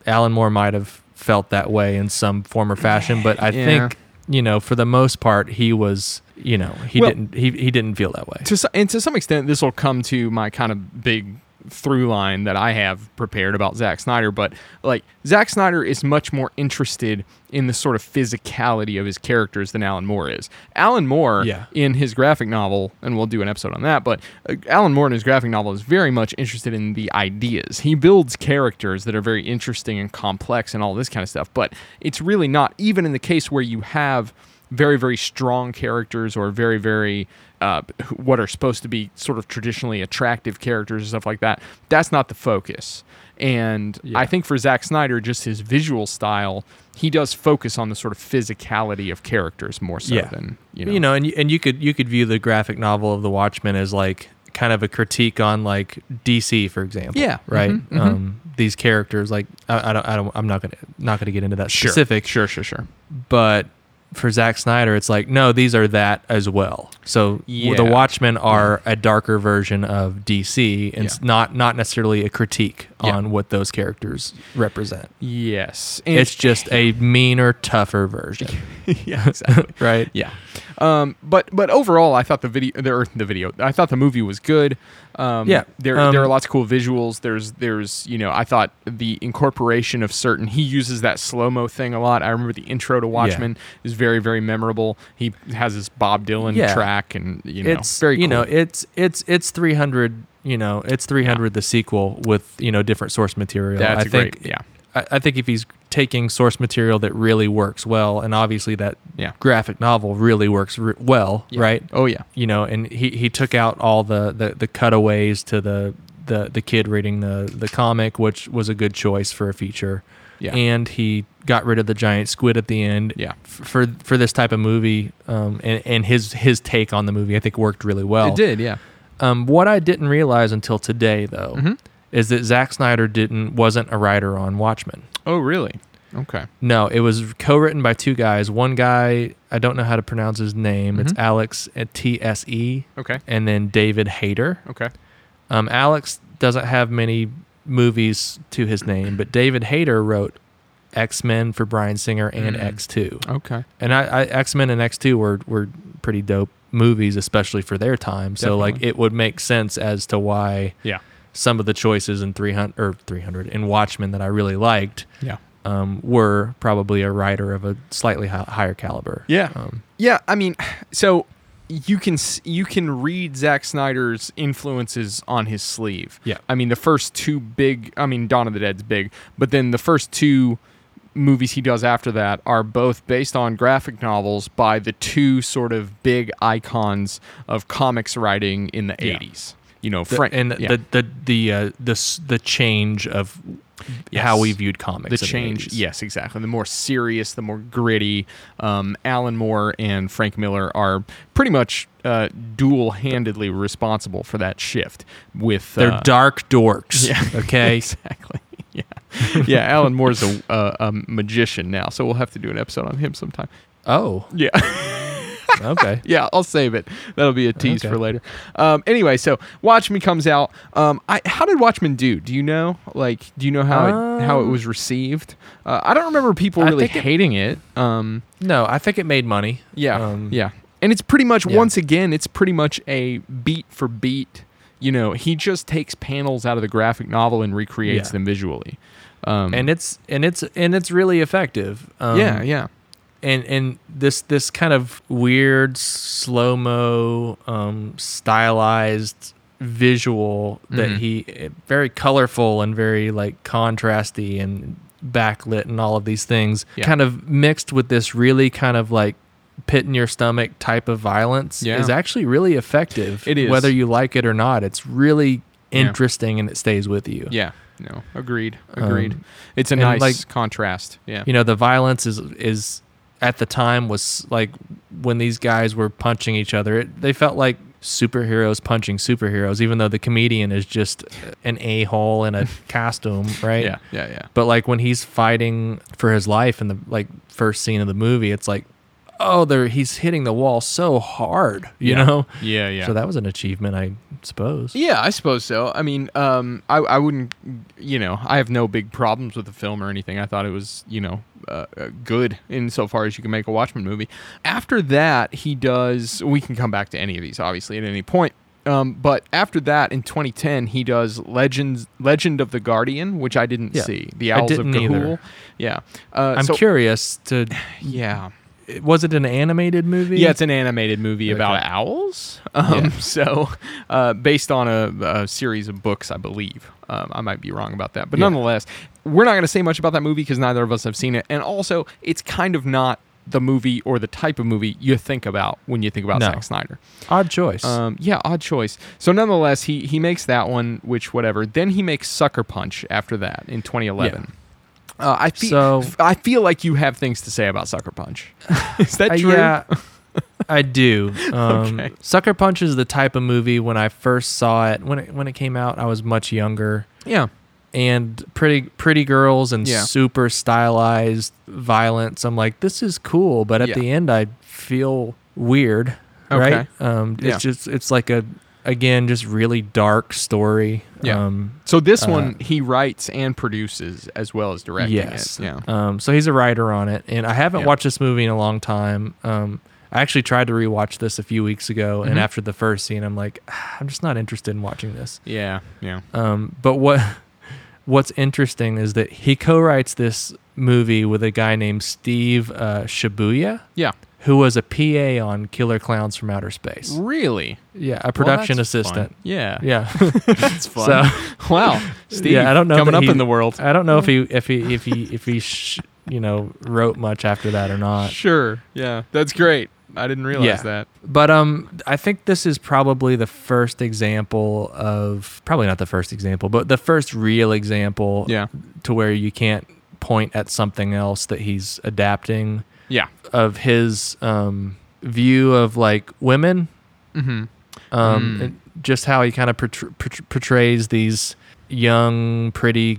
D: Alan Moore might have felt that way in some form or fashion, but I
C: Yeah.
D: think you know for the most part he was you know he
C: Well-
D: didn't he, he didn't feel that way.
C: To so- and to some extent, this will come to my kind of big through line that I have prepared about Zack Snyder. But like Zack Snyder is much more interested in the sort of physicality of his characters than Alan Moore is. Alan Moore,
D: Yeah.
C: in his graphic novel, and we'll do an episode on that. But uh, Alan Moore in his graphic novel is very much interested in the ideas. He builds characters that are very interesting and complex and all this kind of stuff. But it's really not even in the case where you have very very strong characters or very very uh, what are supposed to be sort of traditionally attractive characters and stuff like that. That's not the focus. And
D: Yeah.
C: I think for Zack Snyder, just his visual style, he does focus on the sort of physicality of characters more so
D: Yeah.
C: than you
D: you
C: know.
D: know, and you, and you could you could view the graphic novel of the Watchmen as like kind of a critique on like DC, for example.
C: Yeah.
D: right.
C: Mhm, mhm.
D: Um, these characters, like I, I don't, I don't, I'm not gonna not gonna get into that specific,
C: Sure, sure, sure.
D: but for Zack Snyder, it's like no, these are that as well. So w-
C: Yeah. Mm-hmm.
D: the Watchmen are a darker version of DC, and it's
C: Yeah.
D: not not necessarily a critique
C: Yeah.
D: on what those characters represent.
C: Yes. And-
D: It's just a meaner, tougher version,
C: yeah, exactly.
D: right?
C: Yeah. Um, but but overall, I thought the video, the, or the video, I thought the movie was good. Um,
D: Yeah.
C: There
D: Um,
C: there are lots of cool visuals. There's there's you know I thought the incorporation of certain he uses that slow mo thing a lot. I remember the intro to Watchmen is very very memorable. He has his Bob Dylan
D: Yeah.
C: track and you know
D: it's
C: very cool.
D: you know it's it's it's 300 you know it's 300 the sequel with you know different source material
C: that's
D: i
C: a
D: think
C: great yeah
D: I, I think if he's taking source material that really works well and obviously that
C: yeah.
D: graphic novel really works re- well
C: Yeah.
D: right
C: Oh yeah.
D: you know and he he took out all the the, the cutaways to the the, the kid reading the, the comic, which was a good choice for a feature,
C: Yeah.
D: and he got rid of the giant squid at the end,
C: yeah.
D: f- for for this type of movie um, and, and his his take on the movie I think worked really well.
C: It did, yeah.
D: Um, what I didn't realize until today though
C: Mm-hmm.
D: is that Zack Snyder didn't wasn't a writer on Watchmen.
C: Oh really? Okay.
D: No, it was co-written by two guys. One guy I don't know how to pronounce his name. It's
C: Mm-hmm.
D: Alex at T S E
C: Okay.
D: and then David Hayter.
C: Okay.
D: Um, Alex doesn't have many movies to his name, but David Hayter wrote X Men for Brian Singer and X Two.
C: Okay.
D: and I, I X Men and X Two were were pretty dope movies, especially for their time. So like
C: Definitely.
D: it would make sense as to why
C: Yeah.
D: some of the choices in three hundred or three hundred in Watchmen that I really liked
C: Yeah.
D: um, were probably a writer of a slightly hi- higher caliber.
C: Yeah.
D: Um,
C: Yeah, I mean, so you can s- you can read Zack Snyder's influences on his sleeve.
D: Yeah.
C: I mean, the first two big, I mean, Dawn of the Dead's big, but then the first two movies he does after that are both based on graphic novels by the two sort of big icons of comics writing in the
D: Yeah.
C: 80s. You know,
D: the-
C: Frank
D: and
C: yeah.
D: the the the uh, the s- the change of how
C: Yes.
D: we viewed comics.
C: the
D: in
C: change
D: 80s.
C: yes exactly the more serious the more gritty um, alan moore and frank miller are pretty much uh, dual-handedly responsible for that shift with
D: They're
C: uh,
D: dark dorks.
C: yeah.
D: Okay.
C: exactly yeah yeah alan moore's a, a, a magician now so we'll have to do an episode on him sometime
D: oh.
C: yeah
D: Okay.
C: yeah, I'll save it. That'll be a tease
D: Okay.
C: for later. Um, anyway, so Watchmen comes out. Um, I how did Watchmen do? Do you know? Like, do you know how it, how it
D: Um,
C: was received? Uh, I don't remember people
D: I
C: really
D: think it-
C: hating it. Um,
D: No, I think it made money.
C: yeah,
D: Um,
C: yeah, and it's pretty much
D: yeah.
C: once again, it's pretty much a beat for beat. You know, he just takes panels out of the graphic novel and recreates
D: Yeah.
C: them visually. Um,
D: and it's and it's and it's really effective. Um,
C: yeah, yeah,
D: And and this this kind of weird slow mo um, stylized visual that
C: Mhm.
D: he eh, very colorful and very like contrasty and backlit and all of these things
C: Yeah.
D: kind of mixed with this really kind of like pit in your stomach type of violence
C: Yeah.
D: is actually really effective
C: It is.
D: whether you like it or not it's really
C: Yeah.
D: interesting and it stays with you
C: yeah. No, agreed, agreed.
D: Um,
C: it's a
D: and,
C: nice
D: like,
C: contrast. Yeah,
D: you know the violence is is at the time was like when these guys were punching each other it, they felt like superheroes punching superheroes even though the comedian is just an a-hole in a costume right
C: yeah, yeah, yeah.
D: but like when he's fighting for his life in the like first scene of the movie it's like oh there he's hitting the wall so hard you
C: Yeah.
D: know
C: Yeah, yeah.
D: so that was an achievement i suppose
C: Yeah, I suppose so. I mean, um, I, I wouldn't, you know, I have no big problems with the film or anything. I thought it was, you know, uh, uh, good insofar as you can make a Watchmen movie. After that, he does, we can come back to any of these, obviously, at any point. Um, but after that, in 2010, he does Legends, Legend of the Guardian, which I didn't
D: Yeah.
C: see. The
D: I
C: Owls
D: didn't
C: of Gahul.
D: either.
C: Yeah. Uh,
D: i'm
C: so-
D: curious to
C: Yeah.
D: was it an animated movie
C: Yeah, it's an animated movie about
D: Okay.
C: owls. Um,
D: Yeah.
C: So, uh, based on a, a series of books, I believe. Um, I might be wrong about that, but
D: Yeah.
C: nonetheless, we're not going to say much about that movie because neither of us have seen it, and also it's kind of not the movie or the type of movie you think about when you think about
D: No.
C: Zack Snyder.
D: Odd choice.
C: Um, yeah, odd choice. So nonetheless, he he makes that one, which whatever. Then he makes Sucker Punch after that in 2011. Uh, I feel
D: So-
C: I feel like you have things to say about Sucker Punch. Is that
D: Uh,
C: true?
D: yeah, I do. Um,
C: Okay.
D: Sucker Punch is the type of movie when I first saw it when it when it came out. I was much younger,
C: Yeah.
D: and pretty pretty girls and
C: Yeah.
D: super stylized violence. I'm like, this is cool, but at
C: Yeah.
D: the end, I feel weird.
C: Okay.
D: Right? Um, it's
C: Yeah.
D: just it's like a again just really dark story.
C: Yeah.
D: Um,
C: So this
D: Uh,
C: one he writes and produces as well as directing
D: yes.
C: it. Yeah.
D: Um, so he's a writer on it, and I haven't
C: Yeah.
D: watched this movie in a long time. Um, I actually tried to rewatch this a few weeks ago, and
C: Mhm.
D: after the first scene, I'm like, "Ah, I'm just not interested in watching this.
C: Yeah. Yeah.
D: Um, but what what's interesting is that he co-writes this movie with a guy named Steve uh, Shibuya,
C: Yeah.
D: who was a PA on Killer Clowns from Outer Space.
C: Really?
D: Yeah, a production
C: Well, that's
D: assistant.
C: fun. Yeah.
D: Yeah.
C: That's
D: so
C: wow. Steve
D: I don't know
C: coming
D: that
C: up
D: he-
C: in the world.
D: I don't know if he if he if he if he sh- you know wrote much after that or not.
C: Sure. Yeah. That's great. I didn't realize
D: Uh, Yeah.
C: that.
D: But um, I think this is probably the first example of probably not the first example, but the first real example
C: Yeah.
D: to where you can't point at something else that he's adapting
C: Yeah.
D: of his um, view of like women,
C: Mm-hmm.
D: um,
C: Mm.
D: and just how he kind of portray- portray- portrays these young, pretty,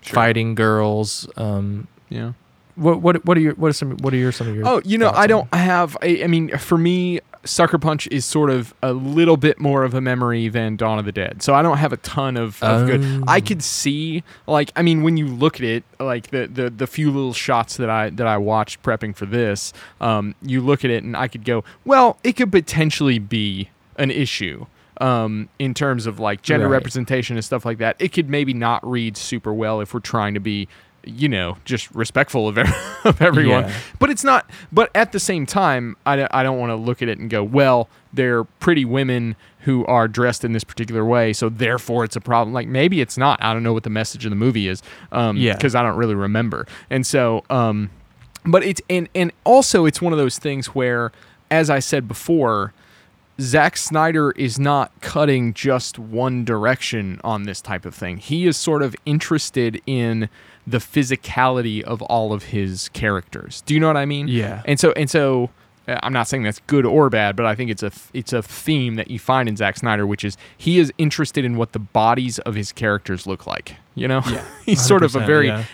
C: Sure.
D: fighting girls. Um,
C: Yeah.
D: what what what are your what are some what are your some of your
C: Oh, you know,
D: thoughts
C: I
D: on-
C: don't have. I, I mean, for me, Sucker Punch is sort of a little bit more of a memory than Dawn of the Dead, so I don't have a ton of, of good. I
D: Oh.
C: could see, like, I mean, when you look at it, like the, the the few little shots that I that I watched prepping for this, um, you look at it and I could go, well, it could potentially be an issue. Um, in terms of like gender
D: Right.
C: representation and stuff like that, it could maybe not read super well if we're trying to be, you know, just respectful of, every, of everyone
D: Yeah.
C: but it's not but at the same time i, don't- I don't want to look at it and go well they're pretty women who are dressed in this particular way so therefore it's a problem like maybe it's not i don't know what the message of the movie is um
D: Yeah.
C: because i don't really remember and so um but it's and and also it's one of those things where as i said before Zack Snyder is not cutting just one direction on this type of thing. He is sort of interested in the physicality of all of his characters. Do you know what I mean?
D: Yeah.
C: And so and so uh, I'm not saying that's good or bad, but I think it's a th- it's a theme that you find in Zack Snyder, which is he is interested in what the bodies of his characters look like. You know, yeah, he's sort of a
D: 100%,
C: very
D: yeah.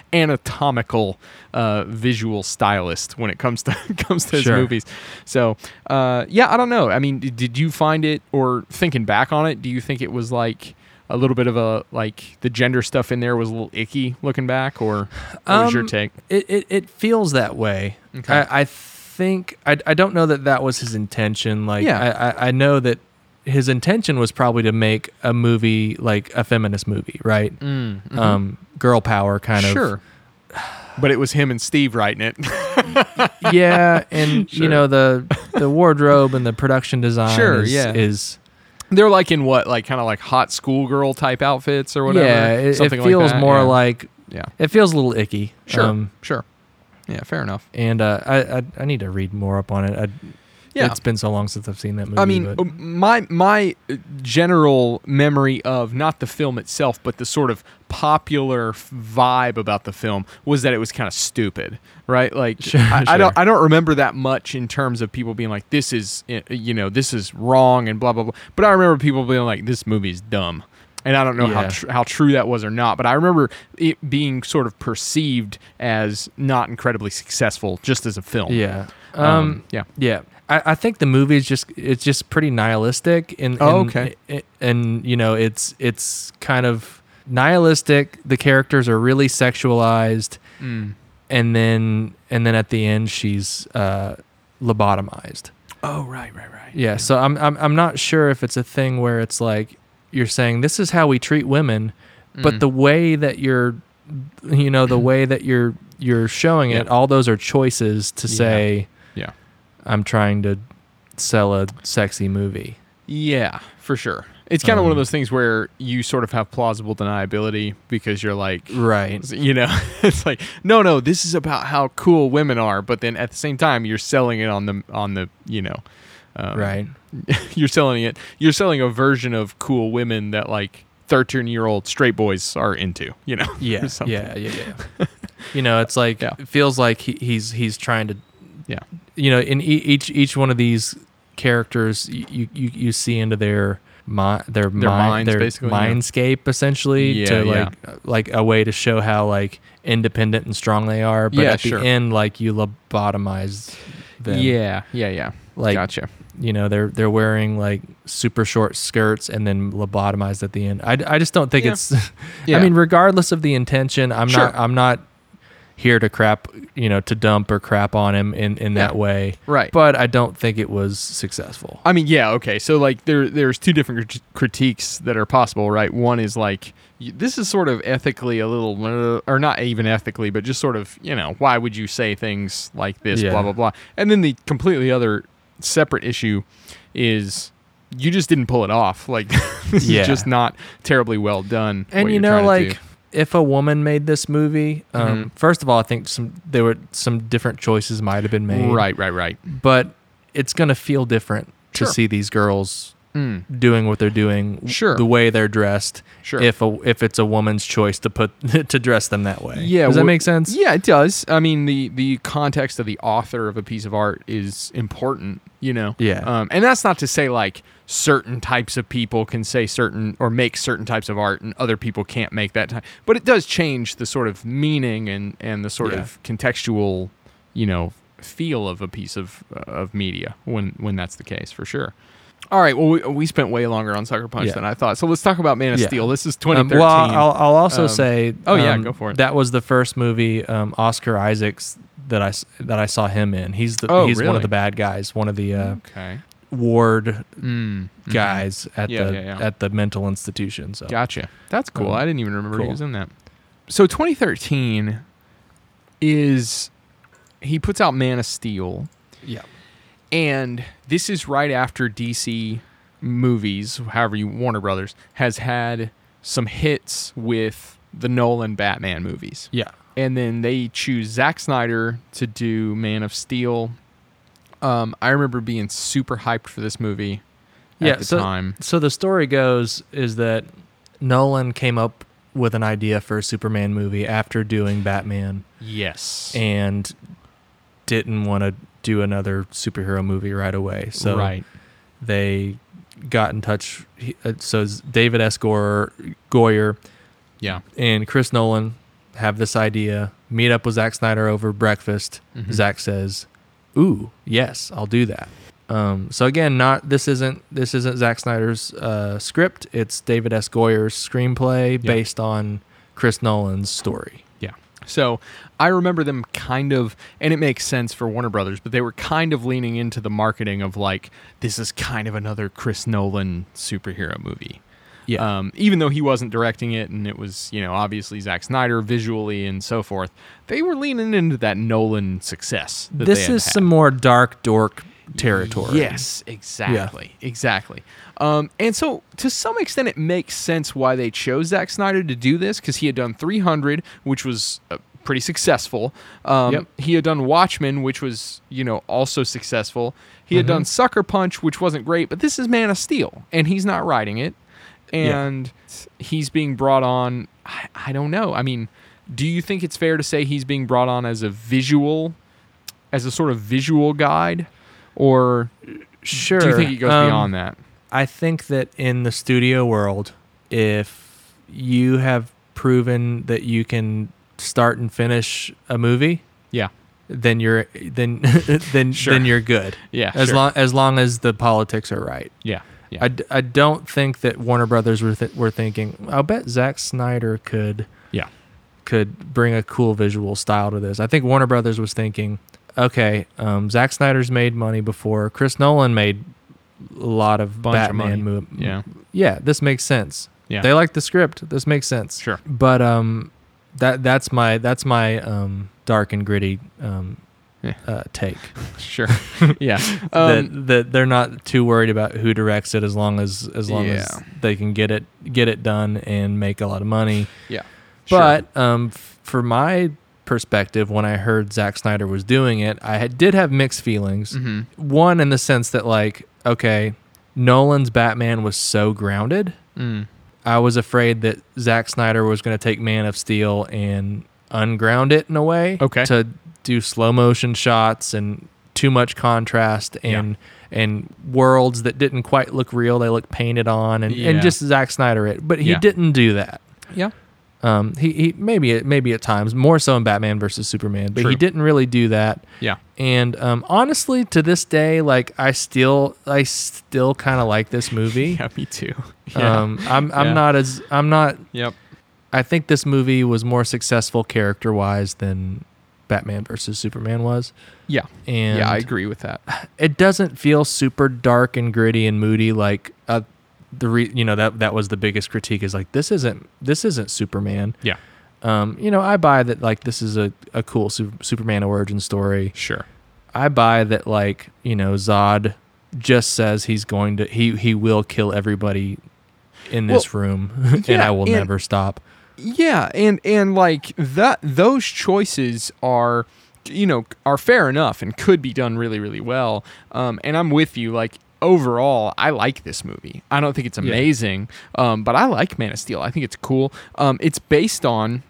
C: anatomical uh, visual stylist when it comes to comes to his
D: Sure.
C: movies. So uh, yeah, I don't know. I mean, d- did you find it, or thinking back on it, do you think it was like a little bit of a like the gender stuff in there was a little icky looking back, or what was your
D: Um,
C: take?
D: It, it, it feels that way.
C: Okay.
D: I, I think I, I don't know that that was his intention. Like
C: Yeah.
D: I, I, I know that his intention was probably to make a movie like a feminist movie, right?
C: Mm, mhm.
D: Um, girl power kind
C: sure. But it was him and Steve writing it.
D: of. Yeah, and
C: Sure.
D: you know the the wardrobe and the production design
C: Sure,
D: is,
C: yeah.
D: is
C: They're like in what, like kind of like hot schoolgirl type outfits or whatever.
D: yeah, it, it
C: Something
D: feels
C: like that,
D: more
C: yeah.
D: like
C: yeah.
D: it feels a little icky.
C: Sure,
D: Um,
C: sure. Yeah, fair enough.
D: and uh, I, I I need to read more up on it. I,
C: Yeah,
D: it's been so long since I've seen that movie.
C: I mean,
D: but-
C: uh, my my uh, general memory of not the film itself, but the sort of popular f- vibe about the film was that it was kind of stupid, right? Like,
D: Sure,
C: I, I
D: sure.
C: don't I don't remember that much in terms of people being like, "This is uh, you know this is wrong" and blah blah blah. But I remember people being like, "This movie's dumb." And I don't know how
D: Yeah.
C: tr- how true that was or not, but I remember it being sort of perceived as not incredibly successful, just as a film.
D: yeah.
C: Um,
D: um
C: yeah.
D: Yeah, I, I think the movie is just it's just pretty nihilistic. And,
C: Oh,
D: and-
C: okay.
D: And, you know, it's it's kind of nihilistic. The characters are really sexualized,
C: Mm.
D: and then and then at the end she's uh, lobotomized.
C: Oh right, right, right.
D: Yeah, so I'm, I'm I'm not sure if it's a thing where it's like you're saying this is how we treat women,
C: Mm.
D: but the way that you're, you know, the way that you're you're showing it,
C: Yeah.
D: all those are choices to
C: Yeah.
D: say.
C: Yeah.
D: I'm trying to sell a sexy movie.
C: Yeah, for sure. It's kind of one
D: Um,
C: of those things where you sort of have plausible deniability because you're like,
D: Right.
C: you know, it's like, no, no, this is about how cool women are, but then at the same time, you're selling it on the on the, you know, um,
D: Right.
C: You're selling it. You're selling a version of cool women that like 13 year old straight boys are into. You know,
D: Yeah.
C: or something.
D: Yeah. Yeah. Yeah. you know, it's like
C: Yeah.
D: it feels like he, he's he's trying to
C: yeah,
D: you know in e- each each one of these characters y- you you, you see into their mind their, mind
C: minds,
D: their
C: basically, yeah.
D: mindscape essentially
C: Yeah, yeah.
D: to like like a way to show how like independent and strong they are but
C: Yeah,
D: at
C: sure.
D: the end like you lobotomize them
C: yeah, yeah, yeah.
D: Like-
C: gotcha.
D: you know they're they're wearing like super short skirts and then lobotomized at the end i, I just don't think
C: Yeah.
D: it's
C: Yeah.
D: i mean regardless of the intention i'm not
C: Sure.
D: i'm not here to crap you know to dump or crap on him in in that
C: Yeah.
D: way
C: Right.
D: but i don't think it was successful
C: I mean, yeah, okay. So like there there's two different crit- critiques that are possible, right? One is like y- this is sort of ethically a little uh, or not even ethically, but just sort of, you know, why would you say things like this
D: Yeah.
C: blah blah blah. And then the completely other separate issue is you just didn't pull it off. Like this
D: Yeah.
C: is just not terribly well done.
D: and
C: what
D: you
C: you're
D: know
C: trying to
D: like
C: do.
D: if a woman made this movie um
C: Mhm.
D: first of all i think some there were some different choices might have been made
C: right, right, right.
D: but it's gonna feel different
C: Sure.
D: to see these girls
C: Mm,
D: doing what they're doing,
C: Sure.
D: the way they're dressed,
C: Sure.
D: if a, if it's a woman's choice to put to dress them that way.
C: Yeah,
D: does that
C: wh-
D: make sense? Um,
C: Yeah, it does. I mean, the the context of the author of a piece of art is important, you know.
D: Yeah.
C: Um, and that's not to say like certain types of people can say certain or make certain types of art, and other people can't make that type. But it does change the sort of meaning and and the sort
D: Yeah.
C: of contextual, you know, feel of a piece of uh, of media when when that's the case for sure. All right. Well, we, we spent way longer on Sucker Punch
D: Yeah.
C: than I thought. So let's talk about Man of
D: Yeah.
C: Steel. This is
D: Um,
C: 2013.
D: well, I'll, I'll also
C: Um,
D: say.
C: oh, yeah,
D: um,
C: go for it.
D: That was the first movie um, Oscar Isaacs that I s- that I saw him in. He's the
C: Oh,
D: he's one
C: really?
D: of the bad guys, one of the uh,
C: okay.
D: ward
C: Mm, mhm.
D: Hmm. guys at
C: Yeah,
D: the
C: yeah, yeah.
D: at the mental institution. So
C: Gotcha. That's cool.
D: Um,
C: I didn't even remember he
D: cool.
C: was in that. So 2013 is he puts out Man of Steel,
D: yeah,
C: and this is right after DC movies, however you Warner Brothers has had some hits with the Nolan Batman movies,
D: yeah,
C: and then they choose Zack Snyder to do Man of Steel. Um, I remember being super hyped for this movie at
D: Yeah,
C: the
D: so-
C: time.
D: So the story goes is that Nolan came up with an idea for a Superman movie after doing Batman.
C: Yes,
D: and didn't want to do another superhero movie right away. So
C: right.
D: they got in touch. he- uh, So s- David S. Goyer, Goyer
C: Yeah.
D: and Chris Nolan have this idea, meet up with Zack Snyder over breakfast.
C: Mhm.
D: Zack says, "Ooh, yes, I'll do that." Um, so again, not this isn't this isn't Zack Snyder's uh, script. It's David S. Goyer's screenplay based on Chris Nolan's story.
C: Yeah. So I remember them kind of, and it makes sense for Warner Brothers, but they were kind of leaning into the marketing of like, this is kind of another Chris Nolan superhero movie.
D: Yeah.
C: Um, even though he wasn't directing it and it was, you know, obviously Zack Snyder visually and so forth, they were leaning into that Nolan success. that they
D: this
C: had
D: is
C: had.
D: some more dark dork territory.
C: Yes, exactly, exactly. Um, and so, to some extent, it makes sense why they chose Zack Snyder to do this because he had done 300, which was uh, pretty successful. Um,
D: Yep.
C: He had done Watchmen, which was you know also successful. He had done Sucker Punch, which wasn't great, but this is Man of Steel, and he's not writing it, and he's being brought on. I, I don't know. I mean, do you think it's fair to say he's being brought on as a visual? As a sort of visual guide, or
D: sure.
C: do you think it goes
D: Um,
C: beyond that?
D: I think that in the studio world, if you have proven that you can start and finish a movie,
C: Yeah.
D: then you're then then
C: Sure.
D: then you're good.
C: Yeah,
D: As
C: sure.
D: long as long as the politics are right.
C: Yeah. Yeah.
D: I, d- I don't think that Warner Brothers were th- were thinking. I'll bet Zack Snyder could
C: yeah.
D: could bring a cool visual style to this. I think Warner Brothers was thinking, okay, um, Zack Snyder's made money before. Chris Nolan made a lot of
C: Bunch of money.
D: Batman movies.
C: Yeah.
D: yeah, this makes sense.
C: Yeah.
D: They like the script. This makes sense.
C: Sure.
D: but um, that that's my that's my um dark and gritty um
C: Yeah.
D: uh, take.
C: Sure. yeah. Um,
D: that, that they're not too worried about who directs it as long as as long
C: Yeah.
D: as they can get it get it done and make a lot of money.
C: yeah. Sure.
D: But um, f- for my perspective, when I heard Zack Snyder was doing it, I had, did have mixed feelings.
C: Mhm.
D: One in the sense that like, okay, Nolan's Batman was so grounded.
C: Mm.
D: I was afraid that Zack Snyder was going to take Man of Steel and unground it in a way.
C: Okay.
D: To do slow motion shots and too much contrast and and worlds that didn't quite look real. They look painted on and,
C: Yeah.
D: and just Zack Snyder it. But he
C: Yeah.
D: didn't do that.
C: Yeah.
D: Um, he, he maybe maybe at times more so in Batman versus Superman, but
C: True.
D: he didn't really do that.
C: Yeah.
D: And um, honestly, to this day, like I still I still kind of like this movie.
C: Yeah. Me too. Yeah.
D: Um, I'm I'm
C: Yeah.
D: not as I'm not
C: yep.
D: I think this movie was more successful character wise than Batman versus Superman was.
C: Yeah.
D: And
C: yeah. I agree with that.
D: it doesn't feel super dark and gritty and moody like uh, the re- you know that that was the biggest critique is like this isn't this isn't Superman.
C: Yeah.
D: Um, you know, I buy that like this is a, a cool su- Superman origin story.
C: Sure.
D: I buy that like, you know, Zod just says he's going to he he will kill everybody in this room and
C: yeah,
D: I will
C: and-
D: never stop.
C: Yeah, and and like that those choices are you know are fair enough and could be done really really well. Um and I'm with you like overall I like this movie. I don't think it's amazing, um but I like Man of Steel. I think it's cool. Um it's based on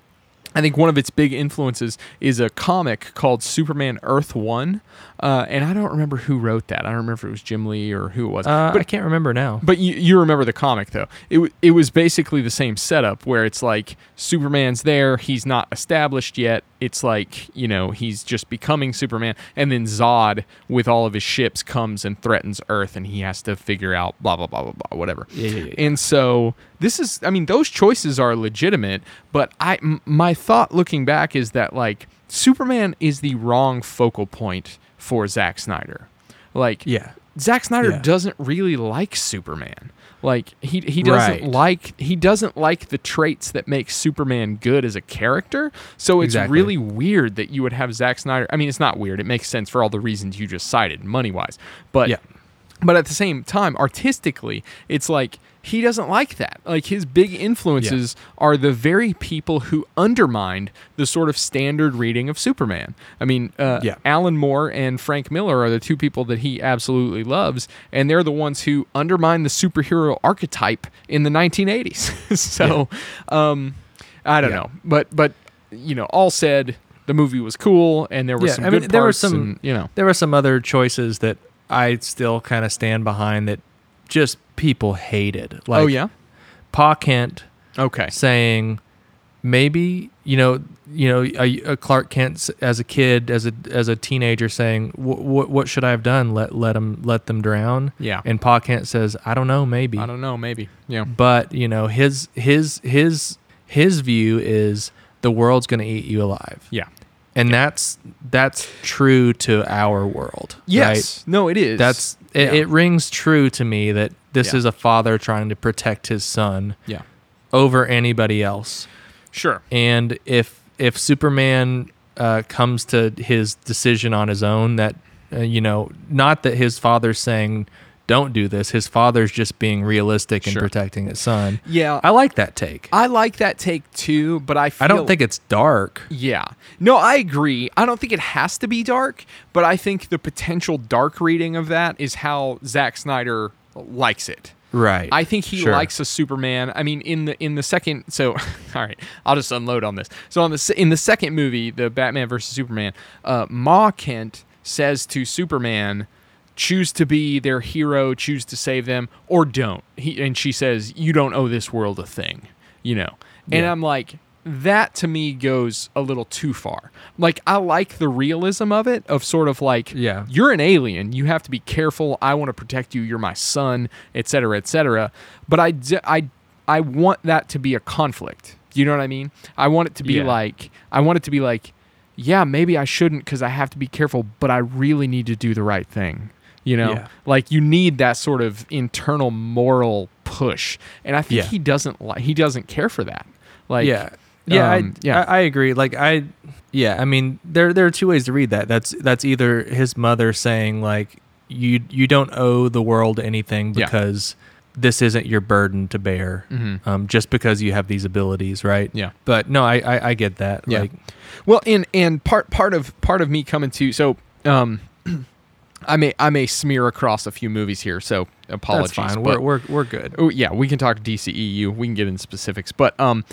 C: I think one of its big influences is a comic called Superman Earth One, uh, and I don't remember who wrote that. I don't remember if it was Jim Lee or who it was.
D: Uh,
C: but
D: I can't remember now.
C: But you, you remember the comic though. It w- it was basically the same setup where it's like Superman's there, he's not established yet. It's like you know he's just becoming Superman, and then Zod with all of his ships comes and threatens Earth, and he has to figure out blah blah blah blah blah whatever.
D: Yeah, yeah, yeah.
C: And so this is, I mean, those choices are legitimate, but I, m- my thought looking back is that like Superman is the wrong focal point for Zack Snyder. Like,
D: Yeah.
C: Zack Snyder
D: Yeah.
C: doesn't really like Superman. Like he he doesn't
D: Right.
C: like he doesn't like the traits that make Superman good as a character. So it's
D: Exactly.
C: really weird that you would have Zack Snyder. I mean, it's not weird. It makes sense for all the reasons you just cited, money wise. But
D: Yeah.
C: but at the same time, artistically, it's like he doesn't like that. Like his big influences are the very people who undermined the sort of standard reading of Superman. I mean, uh,
D: Yeah.
C: Alan Moore and Frank Miller are the two people that he absolutely loves, and they're the ones who undermined the superhero archetype in the 1980s. so, um, I don't
D: Yeah.
C: know, but but you know, all said, the movie was cool, and there were
D: Yeah,
C: some
D: I mean,
C: good
D: there were
C: parts,
D: some-
C: and, you know,
D: there were some other choices that I still kind of stand behind that just people hated. Like
C: oh yeah,
D: Pa Kent
C: okay,
D: saying maybe you know you know a, a Clark Kent s- as a kid as a as a teenager saying what what what should I have done let let them let them drown
C: Yeah.
D: and Pa Kent says I don't know maybe
C: I don't know, maybe, yeah.
D: but you know his his his his view is the world's going to eat you alive
C: Yeah.
D: and that's that's true to our world right?
C: Yes. No, it is.
D: that's it,
C: Yeah.
D: it rings true to me that this
C: Yeah.
D: is a father trying to protect his son
C: yeah.
D: over anybody else
C: Sure.
D: and if if superman uh, comes to his decision on his own that uh, you know not that his father's saying don't do this his father's just being realistic and
C: Sure.
D: protecting his son
C: Yeah.
D: i like that take i,
C: I like that take too, but I feel
D: don't think it's dark
C: Yeah. No, I agree. I don't think it has to be dark, but I think the potential dark reading of that is how Zack Snyder likes it.
D: right
C: I think he
D: Sure.
C: likes a Superman. I mean, in the in the second, so all right, I'll just unload on this. So on the se- in the second movie, the Batman versus Superman, uh, Ma Kent says to Superman, "Choose to be their hero, choose to save them, or don't." He and she says, "You don't owe this world a thing," you know. And
D: Yeah.
C: I'm like. That to me goes a little too far. Like, I like the realism of it, of sort of like,
D: Yeah.
C: you're an alien. You have to be careful. I want to protect you. You're my son, et cetera, et cetera. But I, d- I, I want that to be a conflict. You know what I mean? I want it to be
D: Yeah.
C: like, I want it to be like, yeah, maybe I shouldn't because I have to be careful, but I really need to do the right thing. You know,
D: Yeah.
C: like you need that sort of internal moral push, and I think
D: Yeah.
C: he doesn't like. He doesn't care for that. Like,
D: yeah Yeah,
C: Um,
D: I,
C: yeah.
D: I, I agree. Like I, yeah, I mean, there there are two ways to read that. That's that's either his mother saying like you you don't owe the world anything
C: Yeah.
D: because this isn't your burden to bear,
C: Mhm.
D: um, just because you have these abilities, right?
C: Yeah.
D: But no, I I, I get that.
C: Yeah.
D: Like,
C: Well, and and part part of part of me coming to so um, I may I may smear across a few movies here, so
D: that's
C: apologies.
D: fine.
C: but-
D: We're we're we're good.
C: Oh yeah, we can talk DCEU. We can get into specifics. But um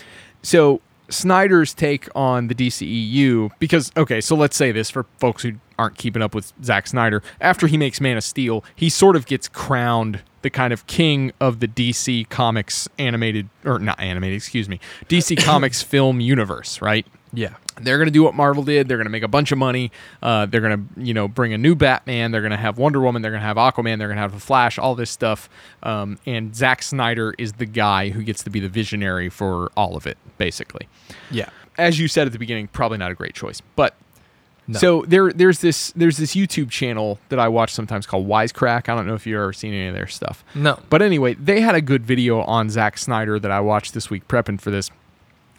C: so Snyder's take on the DCEU because okay, so let's say this for folks who aren't keeping up with Zack Snyder, after he makes Man of Steel, he sort of gets crowned the kind of king of the DC Comics animated or not animated, excuse me, DC Comics film universe, right?
D: Yeah.
C: they're going to do what Marvel did. They're going to make a bunch of money. Uh, they're going to, you know, bring a new Batman. They're going to have Wonder Woman. They're going to have Aquaman. They're going to have the Flash. All this stuff. Um, and Zack Snyder is the guy who gets to be the visionary for all of it, basically.
D: Yeah.
C: As you said at the beginning, probably not a great choice, but.
D: No.
C: So there, there's this, there's this YouTube channel that I watch sometimes called Wisecrack. I don't know if you've ever seen any of their stuff.
D: No.
C: But anyway, they had a good video on Zack Snyder that I watched this week prepping for this,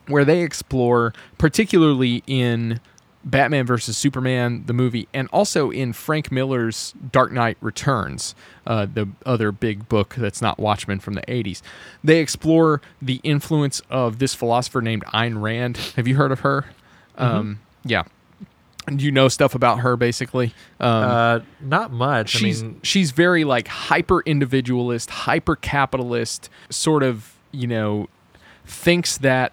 C: where they explore, particularly in Batman versus Superman, the movie, and also in Frank Miller's Dark Knight Returns, uh, the other big book that's not Watchmen from the 80s. They explore the influence of this philosopher named Ayn Rand. Have you heard of her?
D: Mm-hmm.
C: Um, yeah. Do you know stuff about her, basically? Um,
D: Uh, not much.
C: she's
D: I mean,
C: she's very like hyper individualist, hyper capitalist, sort of you know thinks that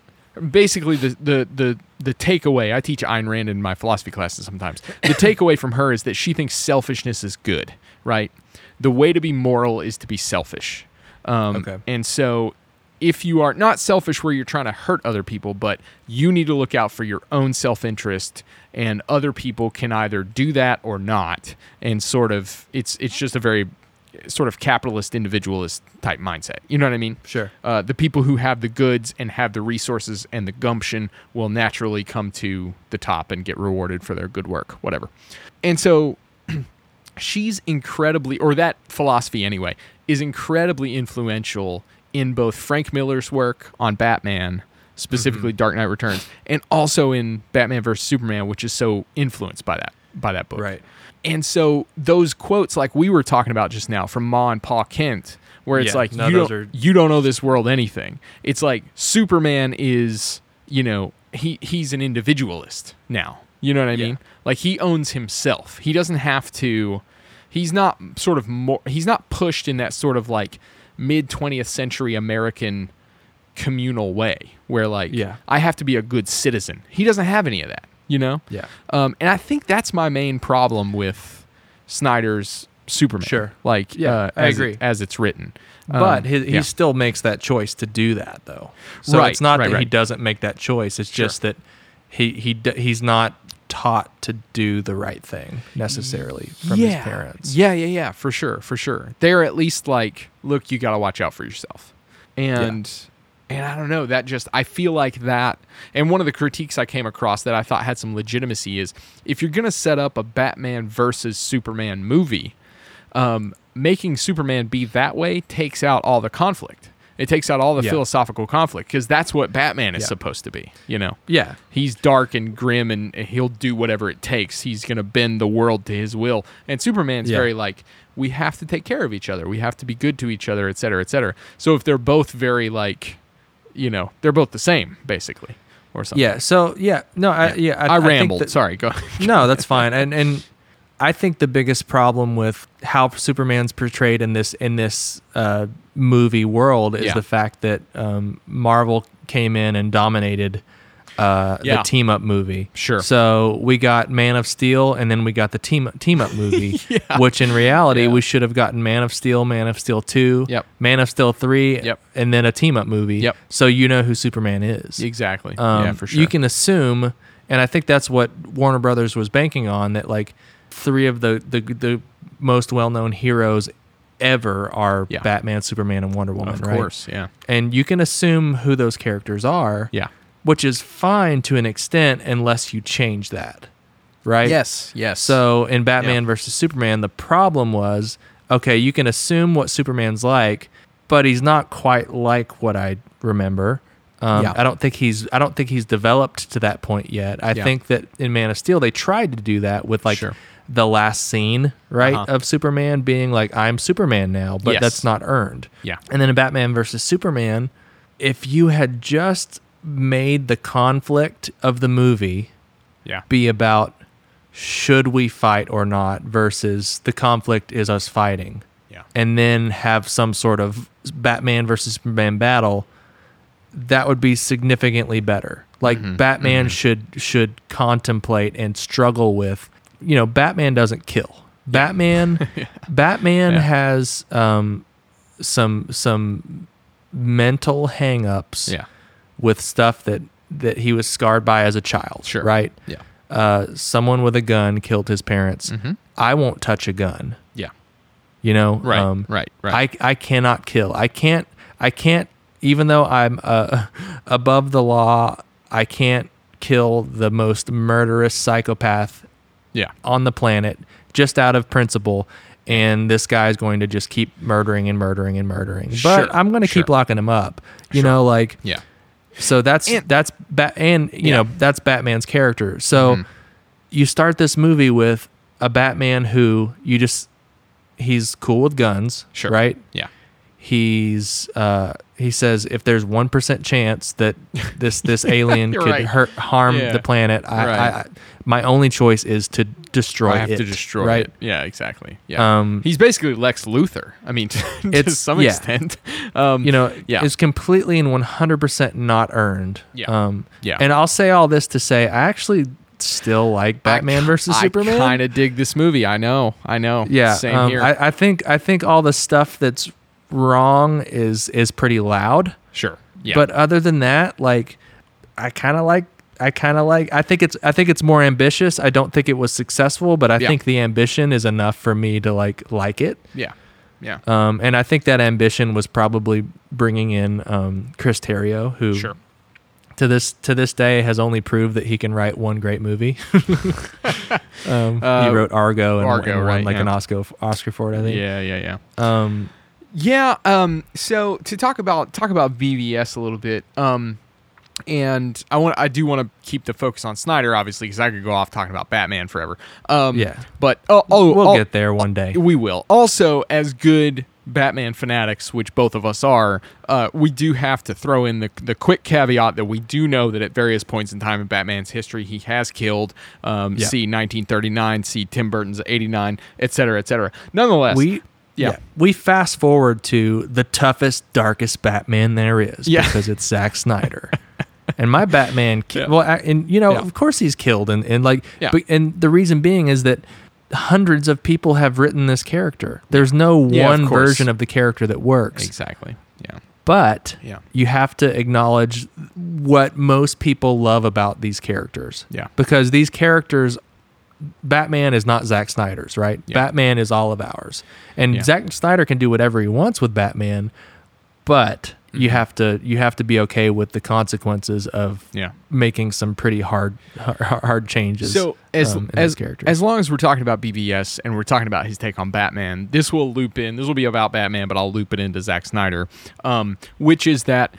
C: basically the the the the takeaway I teach Ayn Rand in my philosophy classes sometimes. The takeaway from her is that she thinks selfishness is good, right? The way to be moral is to be selfish. Um,
D: Okay.
C: And so if you are not selfish where you're trying to hurt other people, but you need to look out for your own self interest, and other people can either do that or not. And sort of, it's it's just a very sort of capitalist individualist type mindset. You know what I mean?
D: Sure.
C: Uh, the people who have the goods and have the resources and the gumption will naturally come to the top and get rewarded for their good work, whatever. And so she's incredibly or that philosophy anyway is incredibly influential in both Frank Miller's work on Batman
D: Mm-hmm.
C: specifically Dark Knight Returns and also in Batman vs Superman which is so influenced by that by that book.
D: Right.
C: And so those quotes like we were talking about just now from Ma and Pa Kent where it's
D: Yeah,
C: like
D: no,
C: you
D: those
C: don't,
D: are-
C: you don't owe this world anything. It's like Superman is, you know, he he's an individualist now. You know what I
D: Yeah.
C: mean? Like he owns himself. He doesn't have to he's not sort of more he's not pushed in that sort of like mid 20th century American communal way where like
D: Yeah.
C: I have to be a good citizen. He doesn't have any of that, you know?
D: yeah.
C: Um, and I think that's my main problem with Snyder's Superman.
D: Sure.
C: Like,
D: Yeah,
C: uh,
D: I
C: as it-
D: agree.
C: as it's written.
D: But
C: Um,
D: he, he
C: yeah.
D: still makes that choice to do that, though. So
C: Right,
D: it's not
C: right,
D: that he
C: right.
D: doesn't make that choice. It's
C: Sure.
D: just that he he d- he's not taught to do the right thing necessarily from his parents.
C: Yeah, yeah, yeah, for sure, for sure. They're at least like, look, you got to watch out for yourself. And and I don't know, that just I feel like that and one of the critiques I came across that I thought had some legitimacy is if you're going to set up a Batman versus Superman movie, um, making Superman be that way takes out all the conflict. It takes out all the
D: Yeah.
C: philosophical conflict because that's what Batman is
D: Yeah.
C: supposed to be, you know.
D: Yeah.
C: He's dark and grim and he'll do whatever it takes. He's going to bend the world to his will. And Superman's
D: Yeah.
C: very like, we have to take care of each other. We have to be good to each other, et cetera, et cetera. So if they're both very like, you know, they're both the same, basically, or something.
D: Yeah. So yeah. No. I, yeah.
C: I,
D: think
C: rambled.
D: that-
C: Sorry. Go.
D: no, that's fine. And and I think the biggest problem with how Superman's portrayed in this in this uh, movie world is
C: Yeah.
D: the fact that um, Marvel came in and dominated uh,
C: Yeah.
D: the team up movie.
C: Sure.
D: So we got Man of Steel, and then we got the team team up movie, which in reality
C: Yeah.
D: we should have gotten Man of Steel, Man of Steel two,
C: Yep.
D: Man of Steel three,
C: Yep.
D: and then a team up movie.
C: Yep.
D: So you know who Superman is.
C: exactly.
D: Um,
C: yeah, for sure.
D: You can assume, and I think that's what Warner Brothers was banking on that like three of the the, the most well known heroes ever are
C: Yeah.
D: Batman, Superman, and Wonder Woman.
C: of
D: right?
C: course. Yeah.
D: And you can assume who those characters are,
C: Yeah.
D: which is fine to an extent unless you change that, right?
C: Yes. Yes.
D: So in Batman
C: Yeah.
D: versus Superman, the problem was okay, you can assume what Superman's like, but he's not quite like what I remember. Um,
E: Yeah.
D: I don't think he's I don't think he's developed to that point yet. I
E: Yeah.
D: think that in Man of Steel they tried to do that with like
E: Sure.
D: the last scene right
E: Uh-huh.
D: of Superman being like I'm Superman now, but
E: Yes.
D: that's not earned.
E: Yeah.
D: And then in Batman versus Superman, if you had just made the conflict of the movie
E: Yeah.
D: be about should we fight or not versus the conflict is us fighting
E: Yeah.
D: and then have some sort of Batman versus Superman battle, that would be significantly better. Like
C: Mm-hmm.
D: Batman should should contemplate and struggle with, you know, Batman doesn't kill. Batman Batman
C: Yeah.
D: has um some some mental hangups
C: Yeah.
D: with stuff that that he was scarred by as a child,
C: Sure.
D: right?
C: Yeah.
D: Uh, someone with a gun killed his parents.
C: Mm-hmm.
D: I won't touch a gun.
C: Yeah.
D: You know,
C: Right, right, right.
D: Um, I I cannot kill. I can't. I can't. Even though I'm uh, above the law, I can't kill the most murderous psychopath
C: Yeah.
D: on the planet just out of principle. And this guy is going to just keep murdering and murdering and murdering.
C: Sure,
D: but I'm going to
C: sure.
D: keep locking him up. You know, like
C: Yeah.
D: so that's
C: And-
D: that's ba- and you
C: Yeah. Mm-hmm.
D: know that's Batman's character. So you start this movie with a Batman who you just he's cool with guns,
C: Sure.
D: right?
C: Yeah.
D: He's uh he says if there's one percent chance that this this alien
C: You're
D: could
C: right.
D: hurt harm
C: Yeah.
D: the planet, I,
C: Right.
D: I, I my only choice is to destroy.
C: I have
D: it,
C: to destroy
D: right?
C: it. Yeah, exactly. Yeah.
D: Um,
C: He's basically Lex Luthor. I mean, to, to
D: It's-
C: some
D: yeah.
C: extent. Um,
D: you know,
C: Yeah.
D: is completely and 100% not earned.
C: Yeah.
D: Um,
C: Yeah.
D: And I'll say all this to say I actually still like Batman versus Superman.
C: I kind of dig this movie. I know. I know.
D: yeah.
C: Same
D: um,
C: here.
D: I, I think I think all the stuff that's wrong is is pretty loud.
C: sure. Yeah.
D: But uh, other than that, like I kind of like I kind of like I think it's I think it's more ambitious. I don't think it was successful, but I
C: Yeah.
D: think the ambition is enough for me to like like it.
C: yeah. Yeah.
D: Um, and I think that ambition was probably bringing in um, Chris Terrio, who
C: sure.
D: to this to this day has only proved that he can write one great movie. um,
C: Uh,
D: he wrote Argo and,
C: Argo,
D: and won
C: right,
D: like
C: yeah.
D: an Oscar Oscar for it, I think.
C: Yeah. Yeah. Yeah.
D: Um,
C: Yeah. Um. So to talk about talk about VVS a little bit. Um. And I want I do want to keep the focus on Snyder, obviously, because I could go off talking about Batman forever. Um,
D: Yeah.
C: But oh, oh
D: we'll
C: oh,
D: get there one day.
C: We will. Also, as good Batman fanatics, which both of us are, uh, we do have to throw in the, the quick caveat that we do know that at various points in time in Batman's history, he has killed. Um,
D: Yeah.
C: See 1939, see Tim Burton's 89, et cetera, et cetera. Nonetheless,
D: We
C: Yeah.
D: we fast forward to the toughest, darkest Batman there is
C: Yeah.
D: because it's Zack Snyder. And my Batman, ki-
C: Yeah.
D: well, I, and you know,
C: Yeah.
D: of course he's killed, and and like,
C: Yeah.
D: but, and the reason being is that hundreds of people have written this character. There's no
C: Yeah, of
D: one
C: course.
D: version of the character that works.
C: exactly. Yeah.
D: but
C: Yeah.
D: you have to acknowledge what most people love about these characters.
C: Yeah.
D: Because these characters Batman is not Zack Snyder's, right?
C: Yeah.
D: Batman is all of ours. And
C: Yeah.
D: Zack Snyder can do whatever he wants with Batman, but
C: Mm-hmm.
D: you have to you have to be okay with the consequences of
C: Yeah.
D: making some pretty hard hard, hard changes.
C: So as
D: um, in
C: as
D: his characters.
C: as long as we're talking about BBS and we're talking about his take on Batman, this will loop in. This will be about Batman, but I'll loop it into Zack Snyder, um, which is that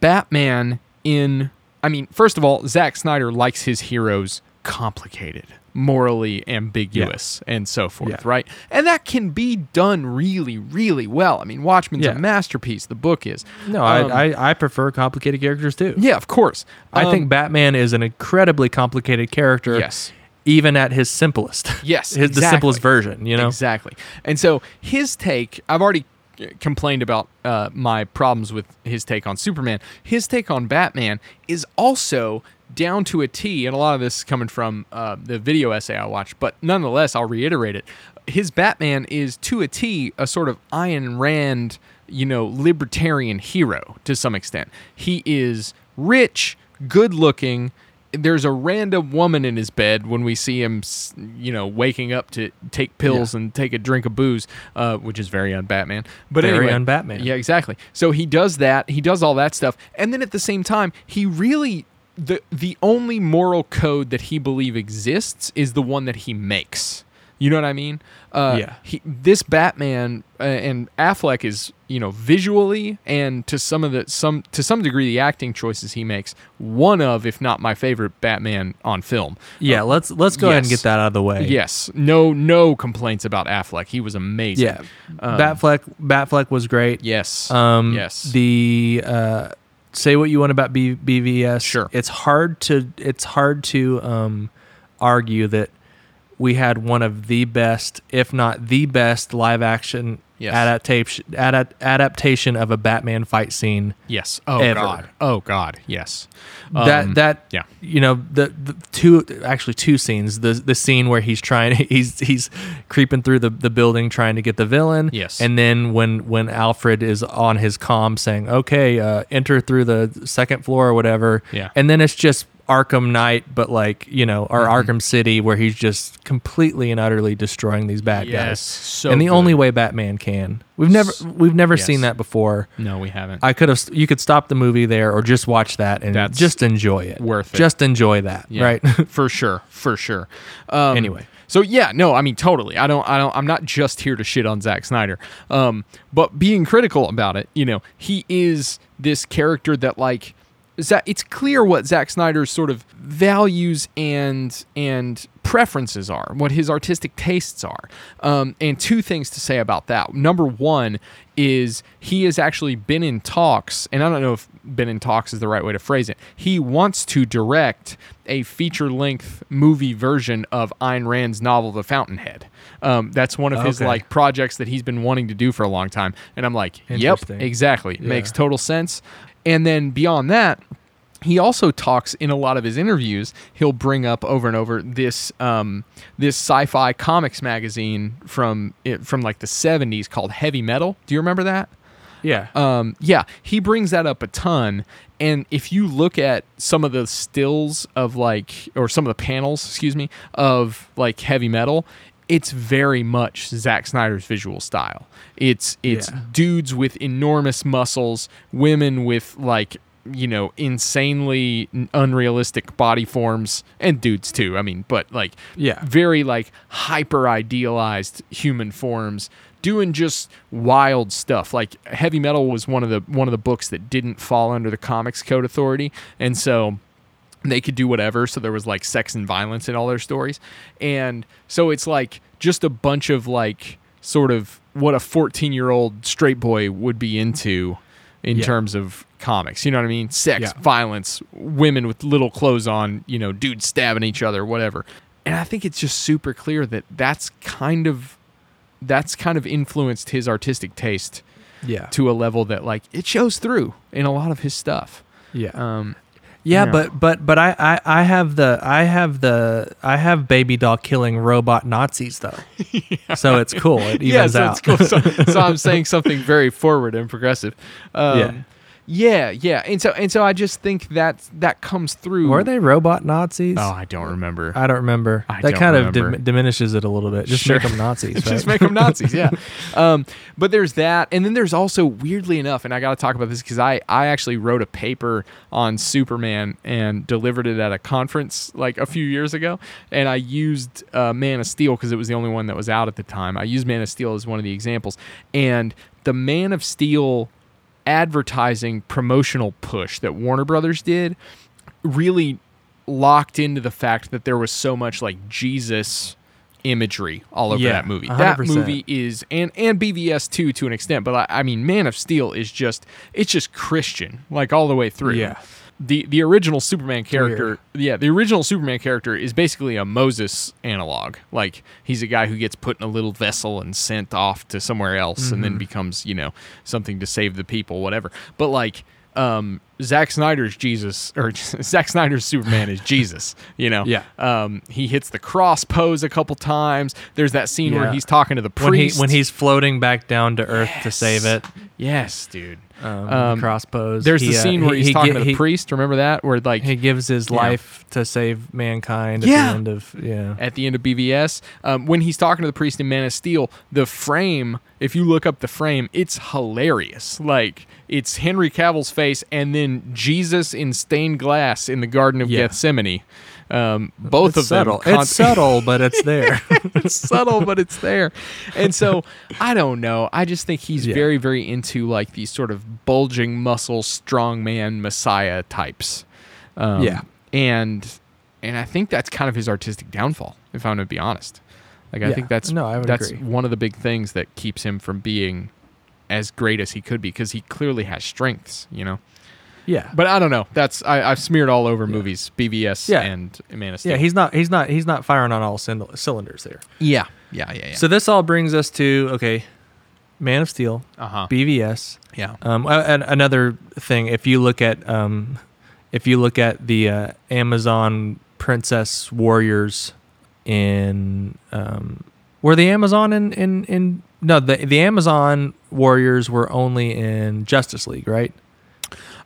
C: Batman in. I mean, first of all, Zack Snyder likes his heroes complicated, morally ambiguous, and so forth,
D: Yeah.
C: right? And that can be done really, really well. I mean, Watchmen's
D: Yeah.
C: a masterpiece. The book is.
D: no,
C: Um,
D: I, I I prefer complicated characters too.
C: yeah, of course.
D: I
C: Um,
D: think Batman is an incredibly complicated character.
C: Yes.
D: Even at his simplest.
C: Yes,
D: his, the simplest
C: exactly.
D: version, you know?
C: Exactly. And so his take, I've already uh, complained about uh, my problems with his take on Superman. His take on Batman is also down to a T, and a lot of this is coming from uh, the video essay I watched, but nonetheless, I'll reiterate it. His Batman is to a T a sort of Ayn Rand, you know, libertarian hero to some extent. He is rich, good looking, there's a random woman in his bed when we see him, s- you know, waking up to take pills and take a drink of booze, uh, which is very un Batman. But
D: Very
C: anyway,
D: un-Batman.
C: Yeah, exactly. So he does that. He does all that stuff, and then at the same time, he really the the only moral code that he believe exists is the one that he makes. You know what I mean? Uh,
D: Yeah.
C: He, this Batman uh, and Affleck is you know visually and to some of the some to some degree the acting choices he makes one of if not my favorite Batman on film.
D: Yeah, let's let's go ahead and
C: yes.
D: get that out of the way.
C: Yes. No. No complaints about Affleck. He was amazing.
D: yeah. Batfleck Batfleck was great.
C: Um, Yes.
D: Um,
C: yes.
D: The uh, say what you want about B- BVS.
C: Sure.
D: It's hard to it's hard to um, argue that we had one of the best, if not the best, live action
C: Yes.
D: adaptation adap- adaptation of a Batman fight scene.
C: yes. Oh
D: Ever.
C: God. Oh God. Yes. Um,
D: that that
C: yeah.
D: you know the, the two actually two scenes the the scene where he's trying he's he's creeping through the, the building trying to get the villain
C: Yes.
D: and then when when Alfred is on his comm saying okay uh, enter through the second floor or whatever
C: Yeah.
D: and then it's just Arkham Knight but like you know or
C: Mm-hmm.
D: Arkham City where he's just completely and utterly destroying these bad
C: Yes,
D: guys
C: so
D: and the
C: good.
D: only way Batman can we've never we've never
C: Yes.
D: seen that before
C: No, we haven't.
D: I could have. You could stop the movie there, or just watch that and
C: That's
D: just enjoy it.
C: worth it.
D: Just enjoy that,
C: Yeah,
D: right?
C: for sure, for sure. Um,
D: Anyway.
C: so yeah, no, I mean totally. I don't, I don't, I'm not just here to shit on Zack Snyder. Um, but being critical about it, you know, he is this character that like, Zack, it's clear what Zack Snyder's sort of values and and preferences are, what his artistic tastes are. Um, and two things to say about that. Number one is he has actually been in talks, and I don't know if been in talks is the right way to phrase it. He wants to direct a feature length movie version of Ayn Rand's novel, The Fountainhead. Um, that's one of his
D: Okay.
C: like projects that he's been wanting to do for a long time. And I'm like, yep,
D: Interesting.
C: exactly.
D: Yeah.
C: Makes total sense. And then beyond that, he also talks in a lot of his interviews. He'll bring up over and over this um, this sci-fi comics magazine from it, from like the '70s called Heavy Metal. Do you remember that?
D: yeah.
C: Um, yeah, he brings that up a ton. And if you look at some of the stills of like, or some of the panels, excuse me, of like heavy metal, it's very much Zack Snyder's visual style. It's it's
D: Yeah.
C: dudes with enormous muscles, women with like you know insanely unrealistic body forms, and dudes too. I mean, but like
D: Yeah.
C: very like hyper idealized human forms doing just wild stuff like heavy metal was one of the one of the books that didn't fall under the comics code authority and so they could do whatever so there was like sex and violence in all their stories and so it's like just a bunch of like sort of what a 14 year old straight boy would be into in
D: Yeah.
C: terms of comics you know what i mean sex
D: Yeah.
C: violence women with little clothes on you know dudes stabbing each other whatever and i think it's just super clear that that's kind of that's kind of influenced his artistic taste
D: yeah.
C: to a level that like it shows through in a lot of his stuff
D: yeah.
C: um
D: yeah.
C: yeah.
D: But but but I, I I have the I have the I have baby doll killing robot Nazis though. So it's cool. It
C: yeah,
D: evens
C: so
D: out.
C: it's cool. So, so I'm saying something very forward and progressive. Um, yeah. yeah, and so and so I just think that that comes through.
D: Were they robot Nazis?
C: Oh, I don't remember.
D: I don't remember.
C: I
D: that
C: don't
D: kind of
C: remember.
D: dim- diminishes it a little bit. Just
C: Sure.
D: make them Nazis. Right?
C: just make them Nazis. Yeah. Um, but there's that, and then there's also weirdly enough, and I got to talk about this because I I actually wrote a paper on Superman and delivered it at a conference like a few years ago, and I used uh, Man of Steel because it was the only one that was out at the time. I used Man of Steel as one of the examples, and the Man of Steel advertising promotional push that Warner Brothers did really locked into the fact that there was so much like Jesus imagery all over
D: Yeah,
C: that movie. That
D: 100%.
C: movie is and and BVS too to an extent, but I, I mean Man of Steel is just it's just Christian like all the way through.
D: Yeah.
C: The the original Superman character,
D: weird.
C: yeah, the original Superman character is basically a Moses analog. Like he's a guy who gets put in a little vessel and sent off to somewhere else and
D: Mm-hmm.
C: then becomes, you know, something to save the people, whatever. But like um Zack Snyder's Jesus or Zack Snyder's Superman is Jesus, you know.
D: Yeah.
C: Um he hits the cross pose a couple times. There's that scene where
D: Yeah.
C: he's talking to the
D: when he
C: priest.
D: when he's floating back down to Earth to save it.
C: Yes, dude.
D: Um,
C: Um,
D: the crossbows.
C: There's
D: He,
C: the
D: uh,
C: scene where
D: he-
C: he's
D: he
C: talking
D: gi-
C: to the
D: he-
C: priest. Remember that? Where like
D: He gives his
C: Yeah.
D: life to save mankind. At
C: Yeah.
D: the end of yeah.
C: at the end of BVS. Um, when he's talking to the priest in Man of Steel, the frame, if you look up the frame, it's hilarious. Like, it's Henry Cavill's face and then Jesus in stained glass in the Garden of
D: Yeah.
C: Gethsemane. Um, both
D: it's
C: of
D: subtle.
C: them. con-
D: it's subtle, but it's there.
C: it's subtle, but it's there. And so I don't know. I just think he's
D: Yeah.
C: very, very into like these sort of bulging muscle, strongman, messiah types. Um,
D: Yeah.
C: and and I think that's kind of his artistic downfall, if I'm going to be honest. Like I
D: Yeah.
C: think that's
D: No, I would
C: that's
D: agree.
C: one of the big things that keeps him from being as great as he could be because he clearly has strengths, you know.
D: yeah.
C: But I don't know. That's I, I've smeared all over movies, BBS
D: Yeah.
C: and Man of Steel.
D: yeah, he's not. He's not. He's not firing on all cynd- cylinders there.
C: yeah, yeah, yeah, yeah.
D: So this all brings us to okay, Man of Steel,
C: uh-huh.
D: BVS.
C: yeah.
D: Um, a- and another thing, if you look at um, if you look at the uh, Amazon princess warriors in um, were the Amazon in in in no the the Amazon warriors were only in Justice League, right?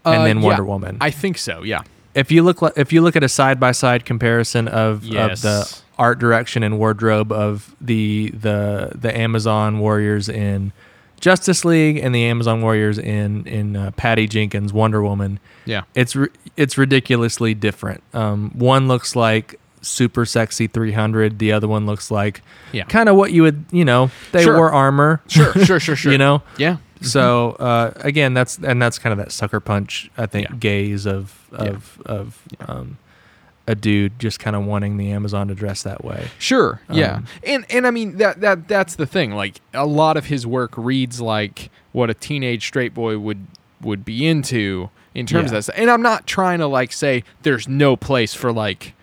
D: And
C: Uh,
D: then
C: yeah.
D: Wonder Woman.
C: I think so. Yeah.
D: if you look li- if you look at a side by side comparison of,
C: Yes.
D: of the art direction and wardrobe of the the the Amazon Warriors in Justice League and the Amazon Warriors in in uh, Patty Jenkins Wonder Woman,
C: Yeah.
D: it's ri- it's ridiculously different. Um, one looks like super sexy 300, the other one looks like
C: Yeah.
D: kind of what you would you know they
C: Sure.
D: wore armor,
C: Sure. Sure. Sure. Sure.
D: you know.
C: Yeah.
D: So uh, again, that's and that's kind of that sucker punch, I think,
C: Yeah.
D: gaze of
C: Yeah.
D: of of um, a dude just kind of wanting the Amazon to dress that way.
C: Sure. Yeah.
D: Um,
C: And and I mean that that that's the thing. Like a lot of his work reads like what a teenage straight boy would would be into in terms
D: Yeah.
C: of that. And I'm not trying to like say there's no place for like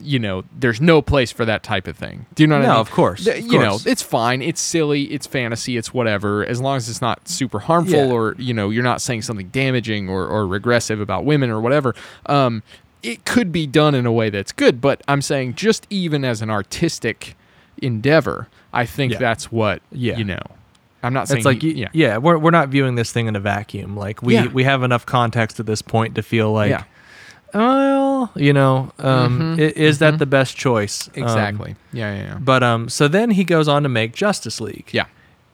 C: you know there's no place for that type of thing. Do you know what
D: No,
C: I mean?
D: of course,
C: Th-
D: of
C: you
D: course.
C: know, it's fine. It's silly. It's fantasy. It's whatever. As long as it's not super harmful
D: Yeah.
C: or you know you're not saying something damaging or or regressive about women or whatever. Um, it could be done in a way that's good, but I'm saying just even as an artistic endeavor, I think
D: Yeah.
C: that's what
D: Yeah.
C: you know. I'm not saying
D: It's like
C: he-
D: y- yeah, we're we're not viewing this thing in a vacuum. Like we
C: Yeah.
D: we have enough context at this point to feel like,
C: Yeah.
D: well, you know, um,
C: Mhm,
D: i- is that the best choice? Um,
C: exactly. yeah, yeah, yeah.
D: but um, so then he goes on to make Justice League.
C: Yeah.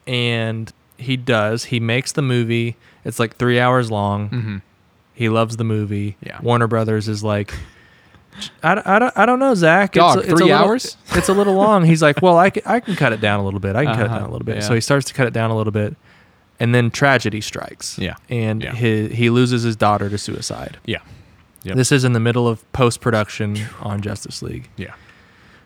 D: and he does. He makes the movie. It's like three hours long.
C: Mhm.
D: He loves the movie.
C: Yeah.
D: Warner Brothers is like, I, don't- I, don't, I don't know, Zach.
C: Dog,
D: a
C: three
D: little-
C: hours?
D: It's a little long. He's like, well, I can, I can cut it down a little bit. I can cut it
C: Uh-huh.
D: down a little bit.
C: Yeah.
D: So he starts to cut it down a little bit. And then tragedy strikes.
C: Yeah.
D: And
C: Yeah.
D: He, he loses his daughter to suicide.
C: Yeah. Yep.
D: This is in the middle of post production on Justice League.
C: Yeah.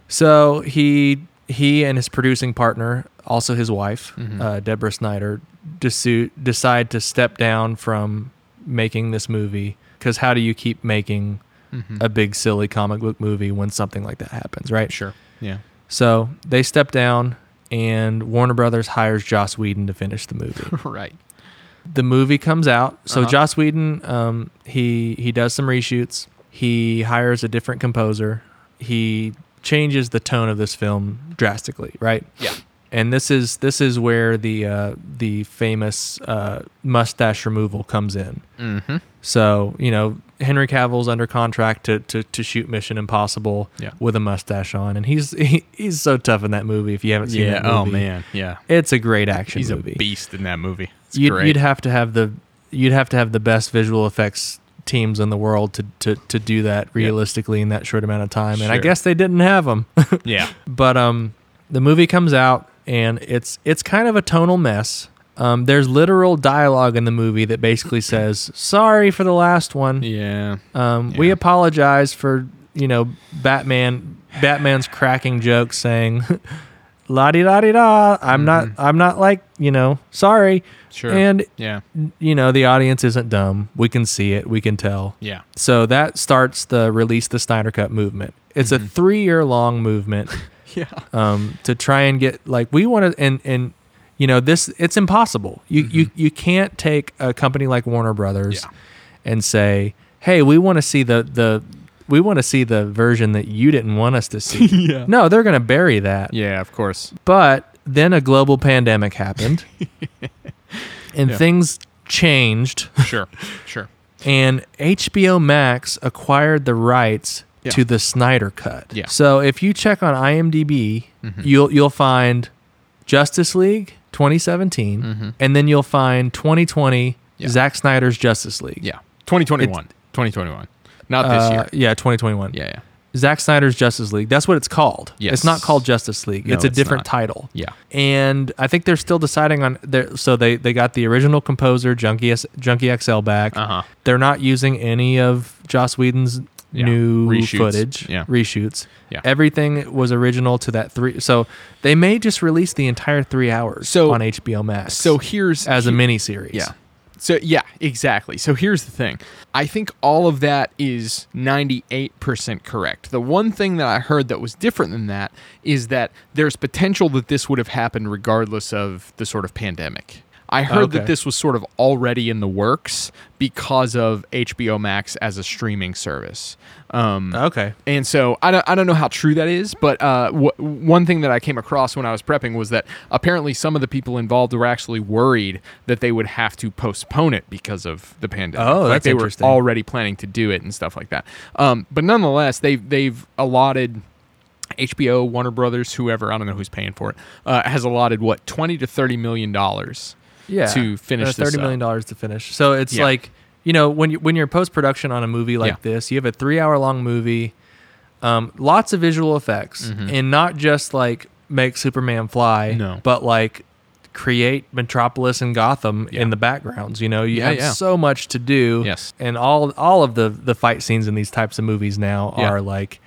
D: So he he and his producing partner, also his wife, uh, Deborah Snyder, desu- decide to step down from making this movie because how do you keep making
C: Mm-hmm.
D: a big silly comic book movie when something like that happens, right?
C: Sure. Yeah.
D: So they step down, and Warner Brothers hires Joss Whedon to finish the movie.
C: right.
D: the movie comes out. So
C: Uh-huh.
D: Joss Whedon, um, he he does some reshoots. He hires a different composer. He changes the tone of this film drastically, right?
C: Yeah.
D: And this is this is where the uh, the famous uh, mustache removal comes in.
C: Mm-hmm.
D: So you know Henry Cavill's under contract to to, to shoot Mission Impossible
C: Yeah.
D: with a mustache on, and he's he, he's so tough in that movie. If you haven't seen
C: Yeah.
D: that
C: Oh
D: movie,
C: man. Yeah.
D: it's a great action
C: He's
D: movie
C: a beast in that movie. It's
D: you'd,
C: great.
D: you'd have to have the you'd have to have the best visual effects teams in the world to to, to do that realistically in that short amount of time and i
C: Sure.
D: guess they didn't have them
C: yeah.
D: but um the movie comes out and it's it's kind of a tonal mess um there's literal dialogue in the movie that basically says sorry for the last one
C: Yeah.
D: um we
C: Yeah.
D: apologize for you know batman batman's cracking jokes saying la di da di da i'm not
C: Mm-hmm.
D: i'm not like you know sorry
C: Sure.
D: and
C: yeah.
D: you know the audience isn't dumb we can see it we can tell
C: Yeah.
D: so that starts the release the snyder cut movement it's
C: Mm-hmm.
D: a three year long movement
C: Yeah.
D: um, to try and get like we want to and and you know this it's impossible you you you can't take a company like warner brothers
C: Mm-hmm. Yeah.
D: and say hey we want to see the the we want to see the version that you didn't want us to see
C: Yeah.
D: no they're gonna bury that
C: Yeah. Of course.
D: but then a global pandemic happened and
C: Yeah.
D: things changed,
C: Sure. Sure.
D: and HBO Max acquired the rights
C: Yeah.
D: to the Snyder Cut.
C: Yeah. Mm-hmm.
D: So if you check on IMDb, you'll you'll find Justice League 2017, and then you'll find 2020
C: Mm-hmm. Yeah.
D: Zack Snyder's Justice League.
C: Yeah. 2021. 2021. Not this
D: Uh,
C: year.
D: yeah, 2021.
C: Yeah. Yeah.
D: Zack Snyder's Justice League. That's what it's called.
C: Yes.
D: It's not called Justice League.
C: No,
D: it's a
C: it's
D: different
C: not.
D: title.
C: Yeah.
D: And I think they're still deciding on their so they they got the original composer Junkie S- Junkie XL back.
C: Uh-huh.
D: They're not using any of Joss Whedon's
C: Yeah.
D: new
C: Reshoots.
D: footage
C: Yeah.
D: reshoots.
C: Yeah.
D: Everything was original to that 3 so they may just release the entire 3 hours
C: So-
D: on HBO Max.
C: So here's
D: as a
C: he-
D: mini series.
C: Yeah. So yeah, exactly. So here's the thing. I think all of that is 98% correct. The one thing that I heard that was different than that is that there's potential that this would have happened regardless of the sort of pandemic. I heard
D: Okay.
C: that this was sort of already in the works because of HBO Max as a streaming service. Um,
D: Okay.
C: and so I don't, I don't know how true that is, but uh, wh- one thing that I came across when I was prepping was that apparently some of the people involved were actually worried that they would have to postpone it because of the pandemic.
D: Oh,
C: like
D: that's
C: they
D: interesting.
C: were already planning to do it and stuff like that. Um, but nonetheless, they've they've allotted HBO, Warner Brothers, whoever I don't know who's paying for it uh, has allotted what twenty to thirty million dollars.
D: yeah,
C: to finish
D: uh,
C: this
D: thirty million dollars to finish. So it's
C: Yeah.
D: like you know when you when you're post production on a movie like
C: Yeah.
D: this, you have a three hour long movie, um, lots of visual effects, and not just like make Superman fly,
C: Mm-hmm. No.
D: but like create Metropolis and Gotham
C: Yeah.
D: in the backgrounds. You know, you
C: Yeah,
D: have
C: yeah.
D: so much to do.
C: Yes.
D: and all all of the the fight scenes in these types of movies now
C: Yeah.
D: are like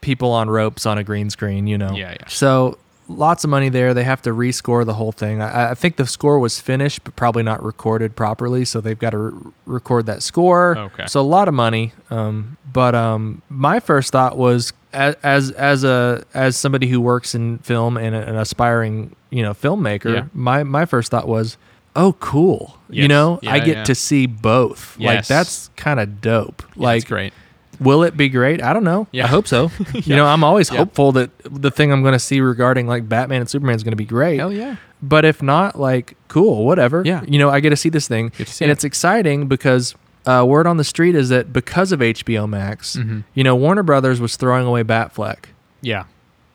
D: people on ropes on a green screen. You know.
C: Yeah, yeah.
D: So lots of money there. They have to rescore the whole thing. I, I think the score was finished, but probably not recorded properly. So they've got to re- record that score.
C: Okay.
D: So a lot of money. Um, but um, my first thought was as as as a as somebody who works in film and a- an aspiring you know filmmaker,
C: Yeah.
D: my my first thought was. Oh, cool! you
C: Yes.
D: know, I
C: Yeah,
D: get
C: yeah.
D: to see both. Like
C: Yes.
D: that's kind of dope.
C: That's
D: like,
C: great.
D: Will it be great? I don't know.
C: Yeah.
D: I hope so. You know, I'm always
C: Yeah.
D: hopeful that the thing I'm going to see regarding like Batman and Superman is going to be great.
C: Hell yeah.
D: But if not, like, cool, whatever.
C: Yeah.
D: You know, I get to see this thing.
C: Get to see
D: and
C: it.
D: it's exciting because uh, word on the street is that because of HBO Max,
C: Mm-hmm.
D: you know, Warner Brothers was throwing away Batfleck.
C: Yeah.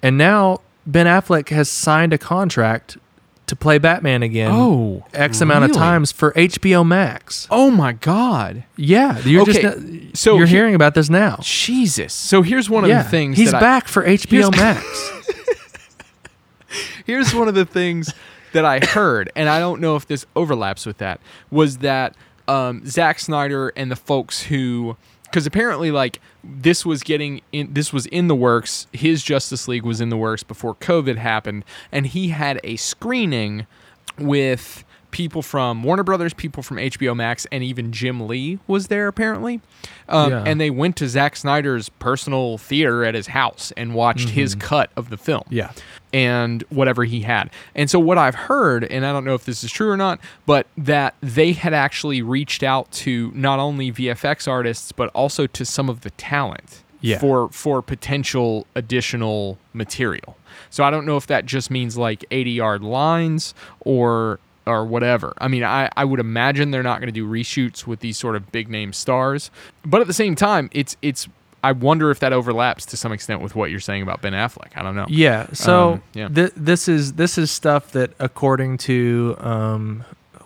D: And now Ben Affleck has signed a contract to play Batman again.
C: Oh,
D: X amount of
C: really?
D: times for HBO Max.
C: Oh my God.
D: Yeah, you're
C: Okay,
D: just so
C: so
D: you're
C: he-
D: hearing about this now.
C: Jesus. So here's one of the things
D: he's
C: that I-
D: back for HBO
C: Here's-
D: Max.
C: here's one of the things that I heard, and I don't know if this overlaps with that, was that um, Zack Snyder and the folks who, because apparently, like this was getting in, this was in the works. His Justice League was in the works before COVID happened, and he had a screening with people from Warner Brothers, people from HBO Max, and even Jim Lee was there apparently. Um,
D: Yeah.
C: And they went to Zack Snyder's personal theater at his house and watched his cut of the film
D: Mm-hmm. yeah.
C: and whatever he had. And so what I've heard, and I don't know if this is true or not, but that they had actually reached out to not only VFX artists but also to some of the talent
D: Yeah.
C: for for potential additional material. So I don't know if that just means like 80-yard lines or or whatever. I mean, I, I would imagine they're not going to do reshoots with these sort of big name stars, but at the same time, it's it's I wonder if that overlaps to some extent with what you're saying about Ben Affleck. I don't know.
D: Yeah. So
C: Um, yeah.
D: thi- this is this is stuff that according to um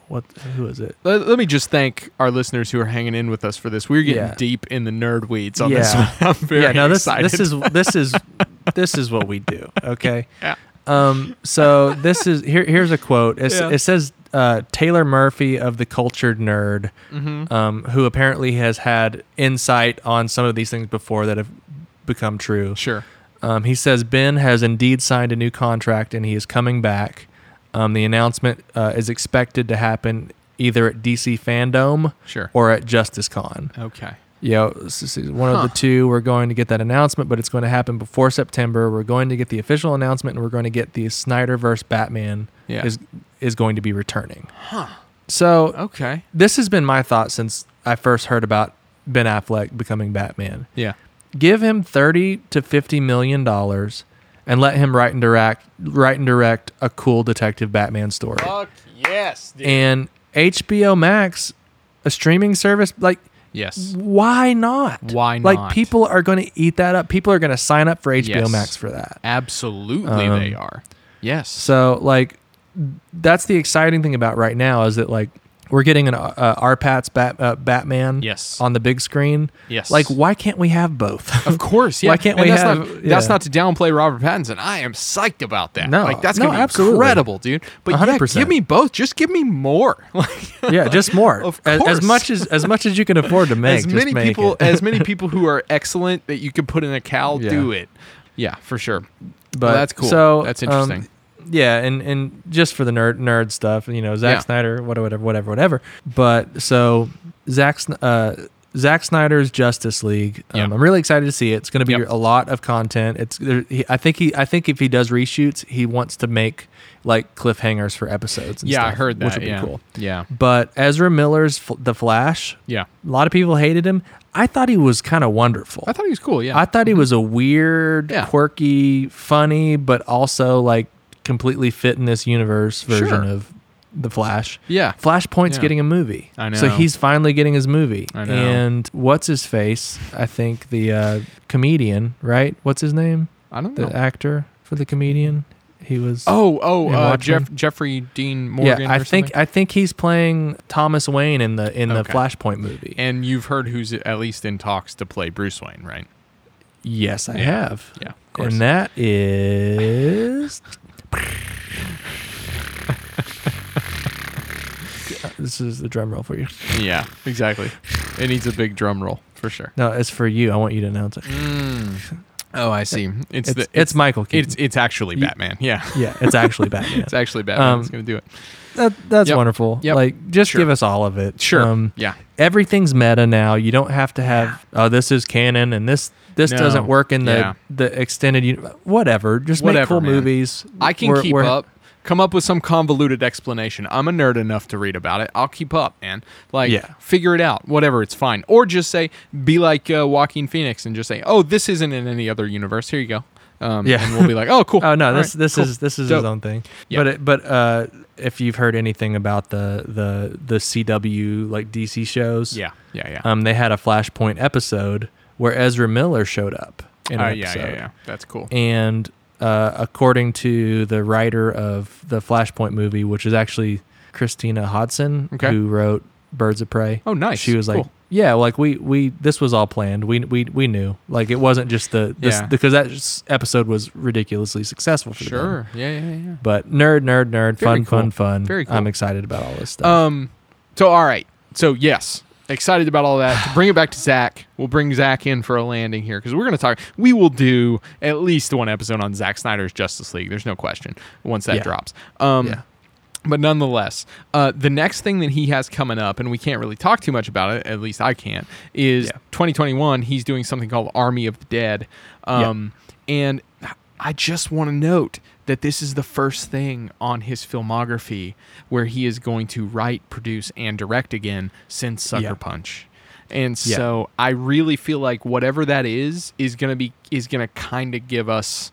D: what who is it?
C: let, let me just thank our listeners who are hanging in with us for this. We're getting
D: Yeah.
C: deep in the nerd weeds on this one.
D: Yeah.
C: I'm very
D: yeah, no, this
C: excited.
D: this is this is this is what we do. Okay.
C: Yeah.
D: Um so this is here here's a quote. It's,
C: Yeah.
D: It says uh, Taylor Murphy of the Cultured Nerd,
C: Mm-hmm.
D: um, who apparently has had insight on some of these things before that have become true.
C: sure.
D: Um, he says Ben has indeed signed a new contract and he is coming back. Um, the announcement uh, is expected to happen either at DC Fandom
C: Sure.
D: or at JusticeCon.
C: Okay.
D: Yeah, this is one
C: Huh.
D: of the two. We're going to get that announcement, but it's going to happen before September. We're going to get the official announcement, and we're going to get the Snyderverse Batman
C: Yeah.
D: is is going to be returning. So
C: Okay.
D: this has been my thought since I first heard about Ben Affleck becoming Batman
C: Yeah.
D: give him 30 to 50 million dollars and let him write and
C: Oh,
D: direct write and direct a cool detective batman story
C: Fuck yes, dude.
D: and HBO Max, a streaming service, like
C: Yes.
D: why not?
C: Why
D: Like
C: not?
D: people are going to eat that up. People are going to sign up for HBO
C: Yes.
D: Max for that.
C: Absolutely,
D: Um,
C: they are. Yes.
D: So like that's the exciting thing about right now is that like we're getting an uh, RPAT's Bat, uh, Batman
C: Yes.
D: on the big screen.
C: Yes.
D: Like why can't we have both?
C: Of course, yeah.
D: Why can't
C: And
D: we
C: that's
D: have-
C: Not, That's
D: yeah.
C: not to downplay Robert Pattinson. I am psyched about that.
D: No,
C: like that's
D: no,
C: gonna be
D: absolutely.
C: incredible, dude. But yeah,
D: 100%.
C: give me both. Just give me more. Like
D: yeah, just more.
C: Of
D: As- As,
C: course.
D: much as as much as you can afford to make.
C: as
D: just
C: many
D: make
C: people,
D: it.
C: as many people who are excellent that you could put in a cowl,
D: Yeah.
C: do it. Yeah, for sure.
D: but
C: Well, that's cool.
D: So
C: That's
D: um,
C: interesting.
D: yeah, and and just for the nerd nerd stuff, you know, Zack
C: Yeah.
D: Snyder, whatever, whatever, whatever, whatever. But so Zack Sn- uh, Zack Snyder's Justice League. Um,
C: Yeah.
D: I'm really excited to see it. It's going to be
C: Yep.
D: a lot of content. It's there, he, I think he I think if he does reshoots, he wants to make like cliffhangers for episodes. And
C: yeah, I
D: stuff,
C: heard that.
D: which would
C: yeah.
D: be cool.
C: Yeah,
D: But Ezra Miller's F- The Flash,
C: yeah.
D: a lot of people hated him. I thought he was kind of wonderful.
C: I thought he was cool. Yeah,
D: I thought he was a weird,
C: Yeah.
D: quirky, funny, but also like completely fit in this universe version
C: Sure.
D: of the Flash.
C: yeah.
D: Flashpoint's
C: Yeah.
D: getting a movie.
C: I
D: So
C: know.
D: he's finally getting his movie.
C: I know.
D: And what's his face? I think the uh, comedian, right? What's his name?
C: I don't
D: The
C: know.
D: actor for the comedian. He was.
C: oh, oh,
D: in
C: uh,
D: Watchmen?
C: Jeff, Jeffrey Dean Morgan.
D: yeah. I
C: or
D: think
C: something?
D: I think he's playing Thomas Wayne in the in the
C: Okay.
D: Flashpoint movie.
C: and you've heard who's at least in talks to play Bruce Wayne, right?
D: yes, I
C: Yeah.
D: have.
C: Yeah, of course.
D: And that is. this is the drum roll for you.
C: yeah, exactly. It needs a big drum roll for sure.
D: No, it's for you. I want you to announce it.
C: Oh, I see. It's
D: Mm. It's
C: the,
D: it's, Michael Keaton.
C: it's it's actually
D: You-
C: Batman. Yeah,
D: yeah, it's actually Batman.
C: it's actually Batman.
D: Um,
C: it's gonna do it.
D: that, that's
C: Yep.
D: wonderful.
C: Yep.
D: Like, just
C: Sure.
D: give us all of it. Um,
C: Sure. yeah.
D: everything's meta now. You don't have to have oh, this is canon and this this
C: No.
D: doesn't work in the
C: Yeah.
D: the extended. uni- Whatever. Just make
C: Whatever,
D: cool
C: man.
D: movies.
C: I can
D: We're-
C: keep
D: we're-
C: up. Come up with some convoluted explanation. I'm a nerd enough to read about it. I'll keep up, man. Like,
D: Yeah.
C: figure it out. Whatever, it's fine. Or just say, be like uh, Joaquin Phoenix and just say, oh, this isn't in any other universe. Here you go. Um,
D: Yeah.
C: And we'll be like, oh, cool.
D: Oh no,
C: All
D: this
C: right,
D: this
C: cool.
D: is this is his
C: Dope.
D: own thing.
C: Yeah.
D: But it, but uh, if you've heard anything about the the the CW like DC shows,
C: Yeah, yeah, yeah.
D: um, they had a Flashpoint episode where Ezra Miller showed up in an
C: Oh, yeah,
D: episode,
C: yeah, yeah. That's cool.
D: and uh, according to the writer of the Flashpoint movie, which is actually Christina Hodson,
C: Okay.
D: who wrote Birds of Prey.
C: Oh, nice.
D: She was like.
C: Cool.
D: Yeah, like we we this was all planned. We we we knew. Like it wasn't just the this,
C: Yeah.
D: because that s- episode was ridiculously successful for them.
C: Sure. Yeah, yeah, yeah, yeah.
D: But nerd, nerd, nerd,
C: Very
D: fun, fun,
C: cool.
D: fun.
C: Very cool.
D: I'm excited about all this stuff.
C: Um. So all right. So yes, excited about all that. To bring it back to Zach, we'll bring Zach in for a landing here because we're going to talk. We will do at least one episode on Zack Snyder's Justice League. There's no question. Once that
D: Yeah.
C: drops. Um,
D: Yeah.
C: But nonetheless, uh, the next thing that he has coming up, and we can't really talk too much about it, at least I can't, is
D: Yeah.
C: 2021. He's doing something called Army of the Dead. Um, And I just want to note that this is the first thing on his filmography where he is going to write, produce, and direct again since Sucker
D: Yeah.
C: Punch. And
D: Yeah.
C: so I really feel like whatever that is is gonna be is gonna kind of give us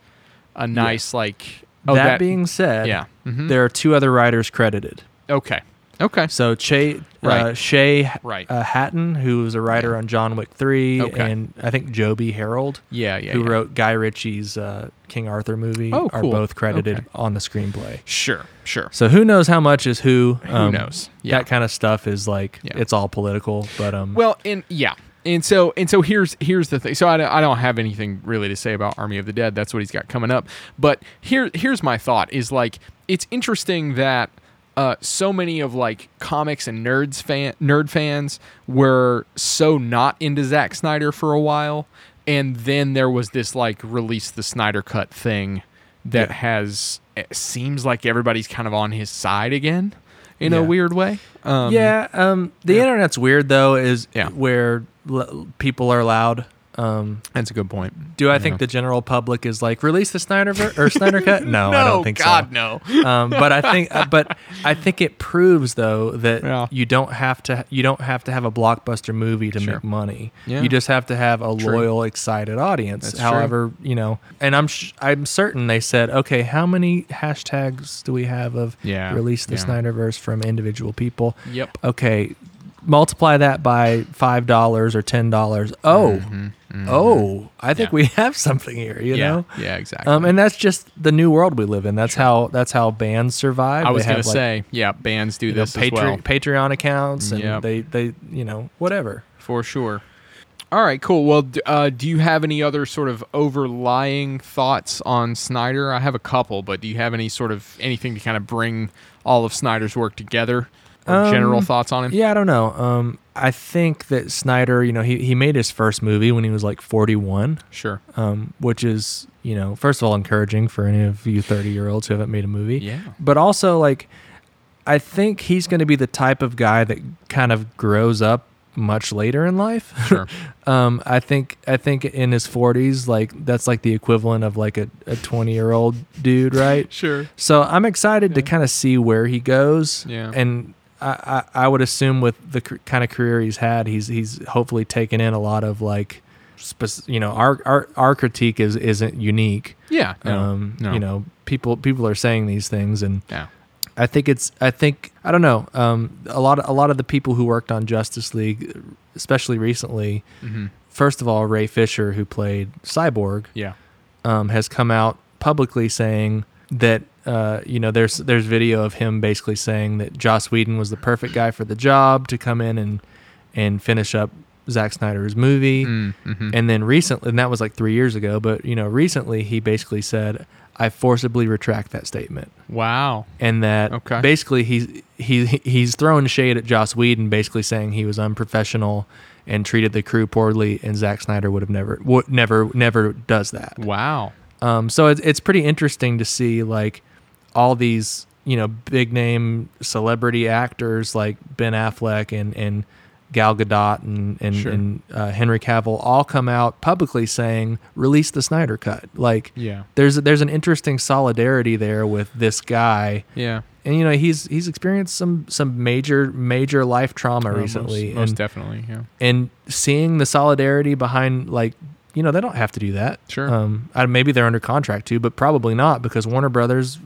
C: a nice like oh,
D: that, being said,
C: yeah Mhm.
D: there are two other writers credited.
C: okay okay
D: So Che, uh,
C: Right.
D: Shay
C: Right.
D: uh, Hatton, who was a writer on John Wick 3,
C: Okay.
D: and I think Joby Harold,
C: yeah yeah
D: who
C: yeah.
D: wrote Guy Ritchie's uh, King Arthur movie,
C: Oh,
D: are
C: cool.
D: both credited
C: Okay.
D: on the screenplay.
C: Sure, sure.
D: So who knows how much is who?
C: knows?
D: Yeah.
C: Yeah.
D: That kind of stuff is like
C: Yeah.
D: it's all political, but um,
C: Well, and yeah, and so and so here's here's the thing. So I don't, I don't have anything really to say about Army of the Dead. That's what he's got coming up. But here here's my thought is like it's interesting that uh, so many of like comics and nerds fan nerd fans were so not into Zack Snyder for a while, and then there was this like release the Snyder cut thing that has it seems like everybody's kind of on his side again in a
D: Yeah.
C: weird way. Um,
D: yeah, um, the internet's weird though. Is
C: Yeah.
D: where l- people are loud Um,
C: That's a good point.
D: do I
C: Yeah.
D: think the general public is like release the Snyder ver- or Snyder cut? No, I don't think so.
C: God, no.
D: um, but I think, uh, but I think it proves though that
C: Yeah.
D: you don't have to you don't have to have a blockbuster movie to
C: Sure.
D: make money.
C: Yeah.
D: You just have to have a
C: True.
D: loyal, excited audience.
C: That's true.
D: However, you know, and I'm sh- I'm certain they said, okay, how many hashtags do we have of
C: Yeah,
D: release the
C: yeah.
D: Snyderverse from individual people?
C: Yep.
D: Okay, multiply that by five dollars or ten dollars. Oh, oh, I
C: Mm-hmm.
D: think
C: Yeah.
D: we have something here. You
C: yeah.
D: know.
C: Yeah, exactly.
D: Um, and that's just the new world we live in. That's how that's how bands survive.
C: I was
D: They
C: going
D: have,
C: to
D: like,
C: say, yeah, bands do
D: you know,
C: this as well.
D: Patre- Patreon accounts, and
C: Yep.
D: they they you know whatever.
C: For sure. All right, cool. Well, d- uh, do you have any other sort of overlying thoughts on Snyder? I have a couple, but do you have any sort of anything to kind of bring all of Snyder's work together? Or general
D: Um,
C: thoughts on him?
D: Yeah, I don't know. Um, I think that Snyder, you know, he he made his first movie when he was like forty one,
C: Sure.
D: um, which is you know first of all encouraging for any of you thirty year olds who haven't made a movie.
C: Yeah.
D: but also like I think he's going to be the type of guy that kind of grows up much later in life.
C: Sure.
D: um, I think I think in his 40s, like that's like the equivalent of like a, a 20 year old dude, right?
C: Sure.
D: So I'm excited to kind of see where he goes.
C: Yeah.
D: And I, I, I would assume with the c- kind of career he's had, he's he's hopefully taken in a lot of like, spec- you know, our our our critique is isn't unique.
C: Yeah. No,
D: um,
C: no,
D: you know, people people are saying these things and.
C: Yeah.
D: I think it's I think I don't know. Um, a lot of, a lot of the people who worked on Justice League, especially recently. First of all, Ray Fisher, who played Cyborg,
C: Yeah.
D: um, has come out publicly saying that uh, you know there's there's video of him basically saying that Joss Whedon was the perfect guy for the job to come in and and finish up Zack Snyder's movie.
C: Mm-hmm.
D: And then recently, and that was like three years ago, but you know, recently he basically said, "I forcibly retract that statement."
C: Wow.
D: and that
C: Okay.
D: basically he's he he's throwing shade at Joss Whedon, basically saying he was unprofessional and treated the crew poorly, and Zack Snyder would have never would never never does that.
C: Wow.
D: Um, so it's it's pretty interesting to see like all these you know big name celebrity actors like Ben Affleck and and Gal Gadot and and,
C: Sure.
D: and uh, Henry Cavill all come out publicly saying release the Snyder cut. Like
C: Yeah.
D: there's there's an interesting solidarity there with this guy
C: Yeah.
D: and you know he's he's experienced some some major major life trauma
C: Well, most-
D: recently
C: Most,
D: and,
C: definitely. Yeah.
D: and seeing the solidarity behind like you know they don't have to do that
C: Sure.
D: um I, maybe they're under contract to but probably not because warner brothers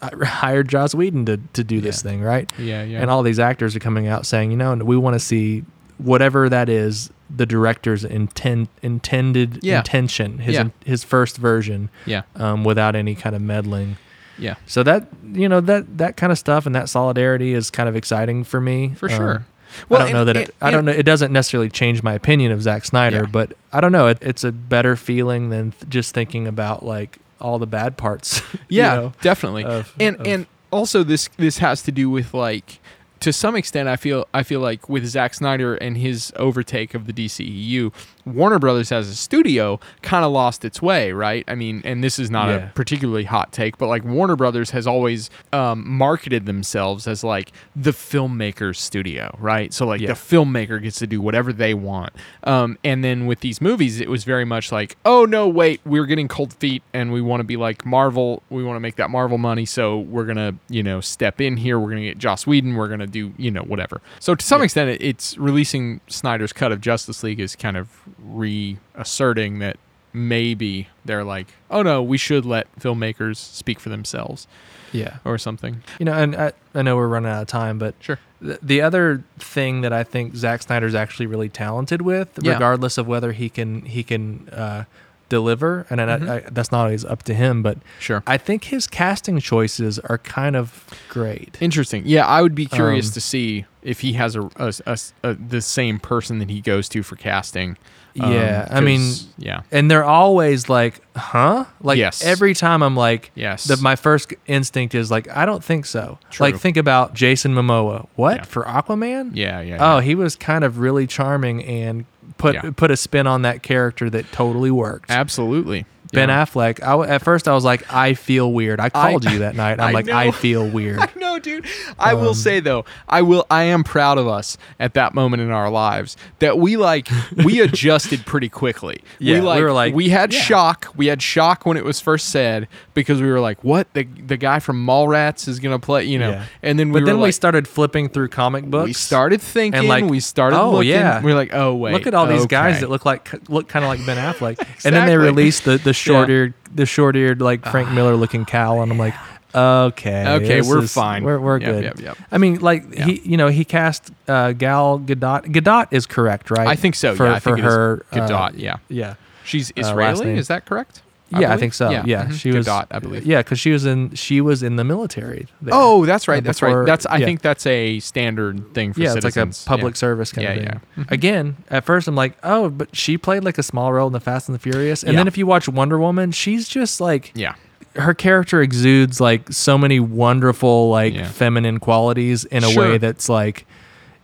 D: hi- hired joss whedon to to do this
C: Yeah.
D: thing right
C: Yeah. Yeah.
D: and all these actors are coming out saying you know we want to see whatever that is the director's intent intended
C: Yeah.
D: intention his
C: Yeah.
D: his first version
C: yeah.
D: um without any kind of meddling
C: Yeah.
D: so that you know that that kind of stuff and that solidarity is kind of exciting for me.
C: For
D: Um,
C: sure.
D: I don't know that it, I don't know. It doesn't necessarily change my opinion of Zack Snyder,
C: Yeah.
D: but I don't know. It, it's a better feeling than th- just thinking about like all the bad parts. you
C: yeah
D: know?
C: definitely
D: of-
C: and
D: of-
C: and also this this has to do with like to some extent i feel i feel like with Zack snyder and his overtake of the dceu warner brothers as a studio kind of lost its way right i mean and this is not
D: Yeah.
C: a particularly hot take but like warner brothers has always um, marketed themselves as like the filmmaker's studio right so like
D: Yeah.
C: the filmmaker gets to do whatever they want um, and then with these movies it was very much like oh no wait we're getting cold feet and we want to be like marvel we want to make that marvel money so we're gonna you know step in here we're gonna get joss whedon we're gonna do you know whatever so to some extent it, it's releasing snyder's cut of justice league is kind of reasserting that maybe they're like oh no we should let filmmakers speak for themselves
D: yeah,
C: or something
D: you know. And I, I know we're running out of time, but
C: sure
D: th- the other thing that I think Zack Snyder's actually really talented with,
C: Yeah.
D: regardless of whether he can he can uh, deliver, and I,
C: Mm-hmm.
D: I, that's not always up to him, but
C: sure
D: I think his casting choices are kind of great.
C: Interesting. Yeah, I would be curious
D: Um,
C: to see if he has a, a- a- a- the same person that he goes to for casting. Um,
D: Yeah, I mean-
C: 'cause- yeah,
D: And they're always like, huh? Like
C: Yes.
D: every time I'm like,
C: Yes.
D: The, my first instinct is like, I don't think so.
C: True.
D: Like think about Jason Momoa. What
C: Yeah.
D: for Aquaman?
C: yeah, yeah.
D: Oh,
C: yeah.
D: he was kind of really charming and put
C: Yeah.
D: put a spin on that character that totally worked.
C: absolutely.
D: Ben
C: Yeah.
D: Affleck. I w at first I was like, I feel weird. I
C: I-
D: called you that night. I'm
C: I
D: like,
C: know.
D: I feel weird.
C: I know, dude. I
D: Um,
C: will say though, I will. I am proud of us at that moment in our lives that we like we adjusted pretty quickly.
D: Yeah,
C: we,
D: we
C: like,
D: were like,
C: we had
D: yeah.
C: shock. We had shock when it was first said because we were like, what the the guy from Mallrats is gonna play, you know?
D: Yeah.
C: And then we
D: but
C: were
D: then we
C: like,
D: started flipping through comic books.
C: we started thinking,
D: and, like,
C: we started
D: oh,
C: looking.
D: yeah.
C: We're like, oh wait,
D: Look at all these guys
C: okay.
D: that look like look kind of like Ben Affleck, and then they
C: Exactly. Ah.
D: released the the short eared the short eared like Frank Miller looking cow, and I'm like, okay,
C: Okay,
D: this
C: we're fine.
D: we're, we're
C: Yep,
D: good.
C: yep, yep.
D: I mean, like he, you know, he cast uh, Gal Gadot. Gadot is correct, right?
C: I think so.
D: For,
C: yeah, I
D: for
C: think
D: her,
C: it is
D: uh,
C: Gadot. yeah,
D: yeah.
C: she's
D: last
C: Israeli.
D: name.
C: is that correct?
D: yeah, I
C: believe?
D: think so. Yeah,
C: mhm.
D: she was.
C: Gadot, I believe.
D: Yeah, because she was in she was in the military. there.
C: Oh, that's right.
D: Uh,
C: That's
D: before-
C: right. That's I
D: yeah.
C: think that's a standard thing for
D: yeah,
C: citizens.
D: it's like a public
C: Yeah.
D: service kind of
C: Yeah, Mm-hmm.
D: thing. Again, at first I'm like, oh, but she played like a small role in the Fast and the Furious, and
C: Yeah.
D: then if you watch Wonder Woman, she's just like
C: Yeah.
D: her character exudes like so many wonderful like
C: Yeah.
D: feminine qualities in a
C: Sure.
D: way that's like,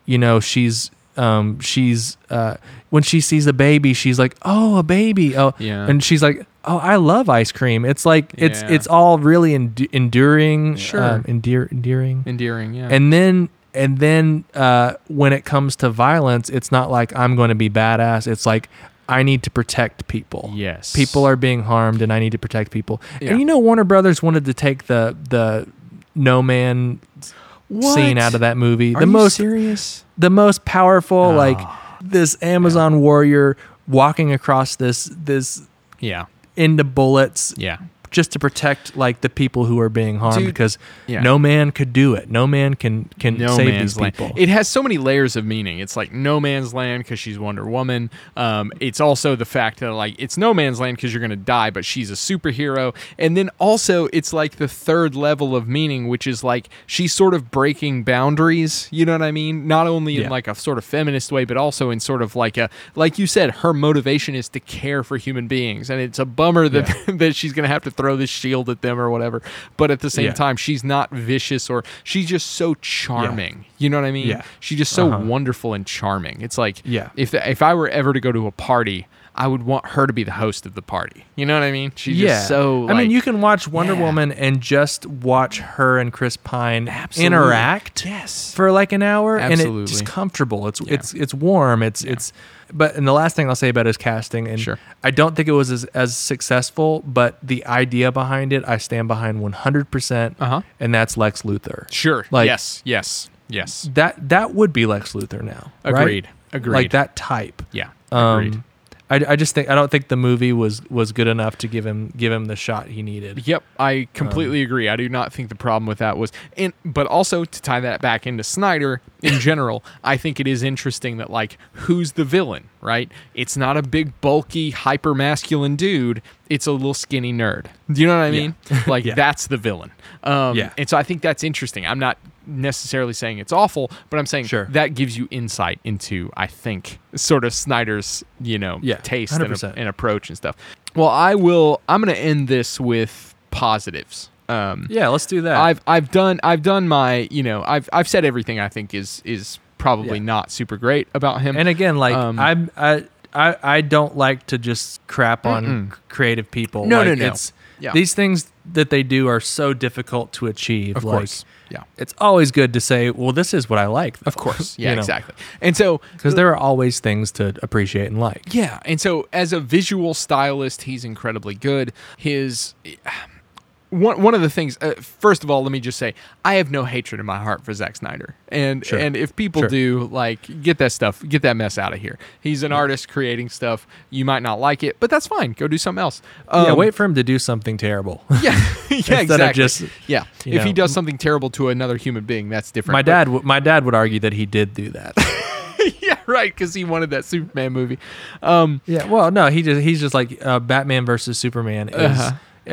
D: you know, she's um she's uh when she sees a baby, she's like, oh, a baby, oh,
C: Yeah.
D: and she's like. Oh, I love ice cream. It's like it's
C: Yeah.
D: it's all really endu- enduring,
C: Sure.
D: um, endear- endearing,
C: Endearing, yeah.
D: and then and then uh, when it comes to violence, it's not like I'm going to be badass. It's like I need to protect people.
C: yes.
D: People are being harmed, and I need to protect people.
C: Yeah.
D: And you know, Warner Brothers wanted to take the the no man scene out of that movie.
C: Are
D: the
C: you
D: most
C: serious?
D: the most powerful,
C: Oh.
D: like this Amazon warrior walking across this this
C: Yeah.
D: into bullets
C: Yeah.
D: just to protect like the people who are being harmed
C: Dude,
D: because
C: yeah.
D: no man could do it. No man can can
C: No
D: save
C: man's
D: these
C: land.
D: people.
C: It has so many layers of meaning. It's like no man's land because she's Wonder Woman. Um, it's also the fact that like it's no man's land because you're gonna die, but she's a superhero. And then also it's like the third level of meaning, which is like she's sort of breaking boundaries. You know what I mean? Not only in
D: Yeah.
C: like a sort of feminist way, but also in sort of like a like you said, her motivation is to care for human beings, and it's a bummer that that she's gonna have to throw this shield at them or whatever. But at the same
D: Yeah.
C: time, she's not vicious or she's just so charming. You know what I mean?
D: Yeah. Uh-huh.
C: She's just so wonderful and charming. It's like
D: Yeah.
C: if if I were ever to go to a party, I would want her to be the host of the party. You know what I mean? She's just so
D: I mean,
C: like-
D: you can watch Wonder
C: Yeah.
D: Woman and just watch her and Chris Pine
C: Absolutely.
D: interact
C: Yes.
D: for like an hour, and it's
C: Absolutely.
D: just comfortable. It's it's it's warm. It's it's. But and the last thing I'll say about is casting, and
C: Sure.
D: I don't think it was as, as successful, but the idea behind it, I stand behind one hundred percent,
C: Uh-huh.
D: and that's Lex Luthor.
C: sure.
D: like-
C: yes. Yes. Yes.
D: That that would be Lex Luthor now. right?
C: Agreed. Agreed.
D: Like that type.
C: Yeah. Agreed.
D: Um, I, I just think I don't think the movie was was good enough to give him give him the shot he needed.
C: Yep, I
D: Um,
C: completely agree. I do not think the problem with that was, and but also to tie that back into Snyder in general, I think it is interesting that like who's the villain, right? It's not a big bulky hyper masculine dude. It's a little skinny nerd. Do you know what I mean? Like
D: Yeah.
C: that's the villain. Um,
D: Yeah.
C: And so I think that's interesting. I'm not necessarily saying it's awful, but I'm saying
D: Sure.
C: that gives you insight into I think sort of Snyder's you know
D: Yeah,
C: taste and,
D: 100%.
C: and approach and stuff. Well, I will. I'm going to end this with positives. Um,
D: Yeah, let's do that.
C: I've I've done I've done my you know I've I've said everything I think is is probably
D: Yeah.
C: not super great about him.
D: and again, like
C: Um,
D: I'm, I, I, I don't like to just crap on c- creative people.
C: No,
D: like,
C: no, no.
D: It's,
C: Yeah.
D: These things that they do are so difficult to achieve.
C: of
D: like,
C: course, yeah,
D: it's always good to say, "Well, this is what I like." Of course,
C: yeah, exactly. And so
D: Because there are always things to appreciate and like.
C: Yeah, and so as a visual stylist, he's incredibly good. His one one of the things. Uh, first of all, let me just say I have no hatred in my heart for Zack Snyder, and
D: Sure.
C: and if people
D: Sure.
C: do, like, get that stuff, get that mess out of here. He's an artist creating stuff. You might not like it, but that's fine. Go do something else.
D: yeah,
C: Um,
D: wait for him to do something terrible.
C: Yeah, yeah,
D: Instead
C: exactly.
D: of just-
C: yeah,
D: you
C: if he
D: know,
C: does something terrible to another human being, that's different.
D: my
C: But-
D: dad, w- my dad would argue that he did do that.
C: yeah, right, because he wanted that Superman movie. Um,
D: Yeah, well, no, he just he's just like uh, Batman versus Superman is,
C: Uh-huh.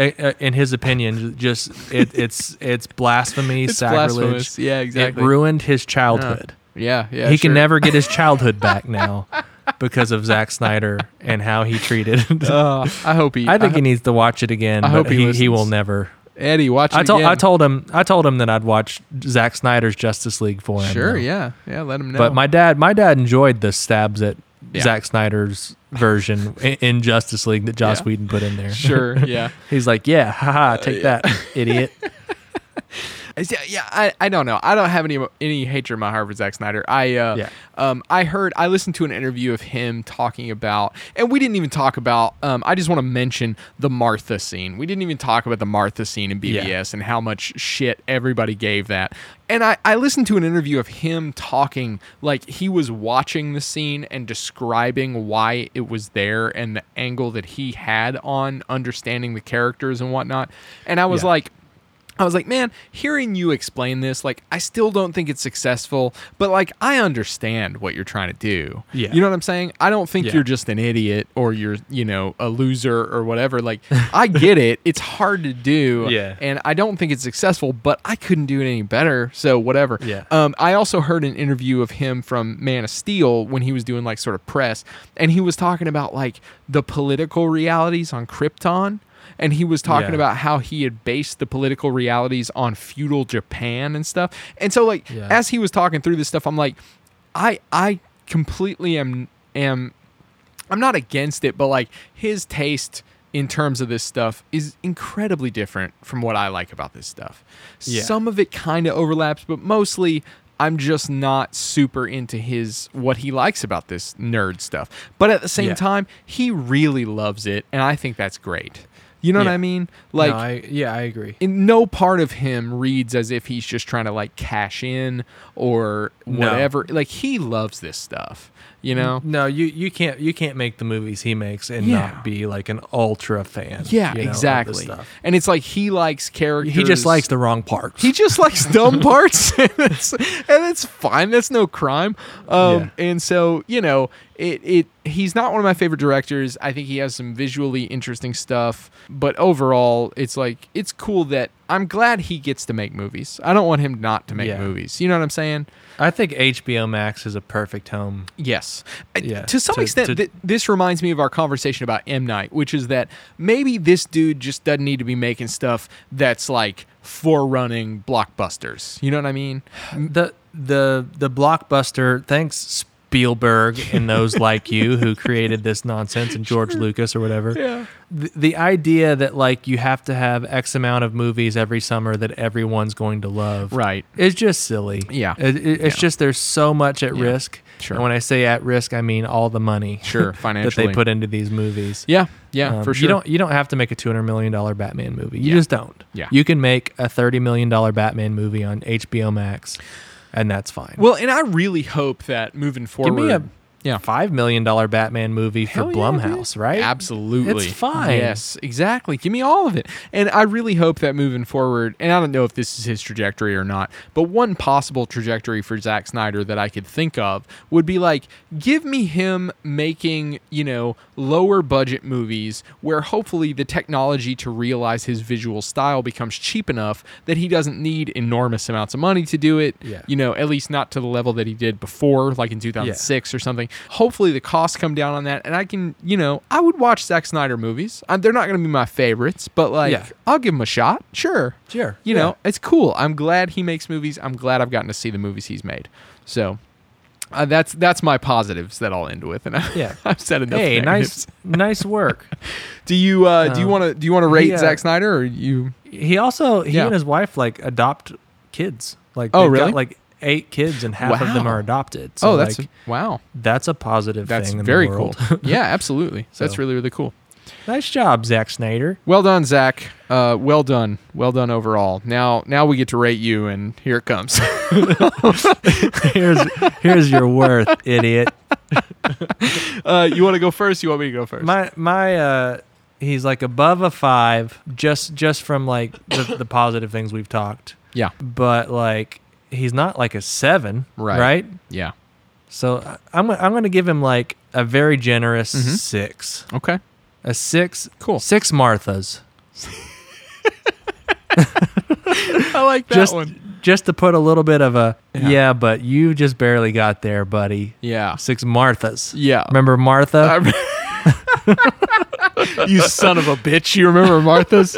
D: uh, uh, in his opinion, just it, it's it's blasphemy,
C: It's
D: sacrilege.
C: blasphemous. Yeah, exactly.
D: It ruined his childhood.
C: yeah, yeah,
D: he
C: sure.
D: can never get his childhood back now because of Zack Snyder and how he treated.
C: Uh, I hope he.
D: I think
C: ho-
D: he needs to watch it again.
C: I
D: but
C: hope he
D: he,
C: listens.
D: will never.
C: Eddie, watch it
D: I told
C: again.
D: I told him I told him that I'd watch Zack Snyder's Justice League for him.
C: Sure,
D: though.
C: yeah, yeah. Let him know.
D: But my dad, my dad enjoyed the stabs at
C: Yeah.
D: Zack Snyder's version in, in Justice League that Joss
C: Yeah.
D: Whedon put in there.
C: Sure. Uh, Yeah.
D: He's like, yeah, haha, take that, idiot.
C: Is- Yeah, yeah, I, I don't know. I don't have any any hatred in my heart for Zack Snyder. I uh,
D: Yeah.
C: um, I heard I listened to an interview of him talking about, and we didn't even talk about. Um, I just want to mention the Martha scene. We didn't even talk about the Martha scene in BBS and how much shit everybody gave that. And I I listened to an interview of him talking like he was watching the scene and describing why it was there and the angle that he had on understanding the characters and whatnot. And I was
D: Yeah.
C: like. I was like, man, hearing you explain this, like, I still don't think it's successful, but like, I understand what you're trying to do.
D: Yeah.
C: You know what I'm saying? I don't think
D: Yeah.
C: you're just an idiot or you're, you know, a loser or whatever. Like, I get it. It's hard to do.
D: Yeah.
C: And I don't think it's successful, but I couldn't do it any better. So, whatever.
D: Yeah.
C: Um, I also heard an interview of him from Man of Steel when he was doing like sort of press, and he was talking about like the political realities on Krypton. And he was talking about
D: Yeah.
C: about how he had based the political realities on feudal Japan and stuff. And so like
D: Yeah.
C: as he was talking through this stuff, I'm like, I I completely am am I'm not against it, but like his taste in terms of this stuff is incredibly different from what I like about this stuff.
D: Yeah.
C: Some of it kind of overlaps, but mostly I'm just not super into his what he likes about this nerd stuff. But at the same
D: Yeah.
C: time, he really loves it and I think that's great. You know what
D: Yeah.
C: I mean? Like
D: No, I, yeah, I agree.
C: in no part of him reads as if he's just trying to like cash in or
D: No. Mm,
C: whatever. Like he loves this stuff, you know?
D: No, you, you can't you can't make the movies he makes and
C: Yeah.
D: not be like an ultra fan.
C: Yeah,
D: you know, of this
C: exactly.
D: stuff.
C: And it's like he likes characters.
D: He just likes the wrong parts.
C: He just likes dumb parts, and it's, and it's fine. That's no crime. Um, And so you know, it it he's not one of my favorite directors. I think he has some visually interesting stuff, but overall, it's like it's cool that I'm glad he gets to make movies. I don't want him not to make
D: Yeah.
C: movies. You know what I'm saying?
D: I think HBO Max is a perfect home.
C: Yes. I-
D: Yeah,
C: To some
D: to-
C: extent,
D: to-
C: th- this reminds me of our conversation about M. Night, which is that maybe this dude just doesn't need to be making stuff that's like forerunning blockbusters. You know what I mean?
D: The the the blockbuster. Thanks Spielberg and those like you who created this nonsense and George Lucas or whatever.
C: Yeah.
D: The, the idea that like you have to have X amount of movies every summer that everyone's going to love.
C: Right.
D: It's just silly.
C: Yeah.
D: It, it- it's
C: Yeah.
D: just there's so much at risk.
C: Sure.
D: And when I say at risk, I mean all the money.
C: Sure,
D: that
C: financially.
D: they put into these movies.
C: Yeah. Yeah.
D: Um,
C: for sure.
D: You don't you don't have to make a two hundred million dollar Batman movie. You
C: Yeah.
D: just don't.
C: Yeah.
D: You can make a thirty million dollar Batman movie on HBO Max, and that's fine.
C: well, and I really hope that moving
D: give
C: forward.
D: me a
C: yeah.
D: five million dollar Batman movie for
C: Hell yeah,
D: Blumhouse,
C: dude.
D: right?
C: Absolutely.
D: It's fine.
C: Yes, exactly. Give me all of it. And I really hope that moving forward, and I don't know if this is his trajectory or not, but one possible trajectory for Zack Snyder that I could think of would be like, give me him making, you know, lower budget movies where hopefully the technology to realize his visual style becomes cheap enough that he doesn't need enormous amounts of money to do it.
D: Yeah.
C: You know, at least not to the level that he did before, like in 2006 six or something. Hopefully the costs come down on that, and I can, you know, I would watch Zack Snyder movies. Uh, they're not going to be my favorites, but like
D: Yeah.
C: I'll give them a shot. Sure,
D: Sure,
C: You know,
D: yeah.
C: it's cool. I'm glad he makes movies. I'm glad I've gotten to see the movies he's made. So. Uh, that's that's my positives that I'll end with, and I,
D: Yeah.
C: I've said enough.
D: Hey,
C: negatives.
D: nice nice work.
C: Do you uh, do you
D: Um,
C: want to do you want to rate
D: uh,
C: Zack Snyder or you?
D: he also he
C: Yeah.
D: and his wife like adopt kids. Like
C: Oh,
D: they've
C: really?
D: Got, like eight kids, and half of them
C: Wow.
D: are adopted. So
C: Oh, that's
D: like,
C: wow,
D: that's a positive
C: that's
D: thing. in the
C: very
D: world.
C: cool. yeah, absolutely. That's
D: So.
C: really really cool.
D: nice job, Zack Snyder.
C: Well done, Zach. Uh, well done. Well done overall. Now, now we get to rate you, and here it comes.
D: Here's here's your worth, idiot.
C: uh, you want to go first? You want me to go first?
D: my my uh he's like above a five just just from like the, the positive things we've talked
C: yeah,
D: but like he's not like a seven
C: Right.
D: right
C: yeah.
D: so I- i'm gonna- i'm gonna give him like a very generous
C: Mhm.
D: six
C: Okay.
D: a six
C: Cool.
D: six marthas
C: I like that
D: just
C: one.
D: just to put a little bit of a
C: Yeah.
D: yeah. but you just barely got there buddy
C: Yeah.
D: six marthas
C: Yeah.
D: remember martha
C: you son of a bitch. You remember Martha's?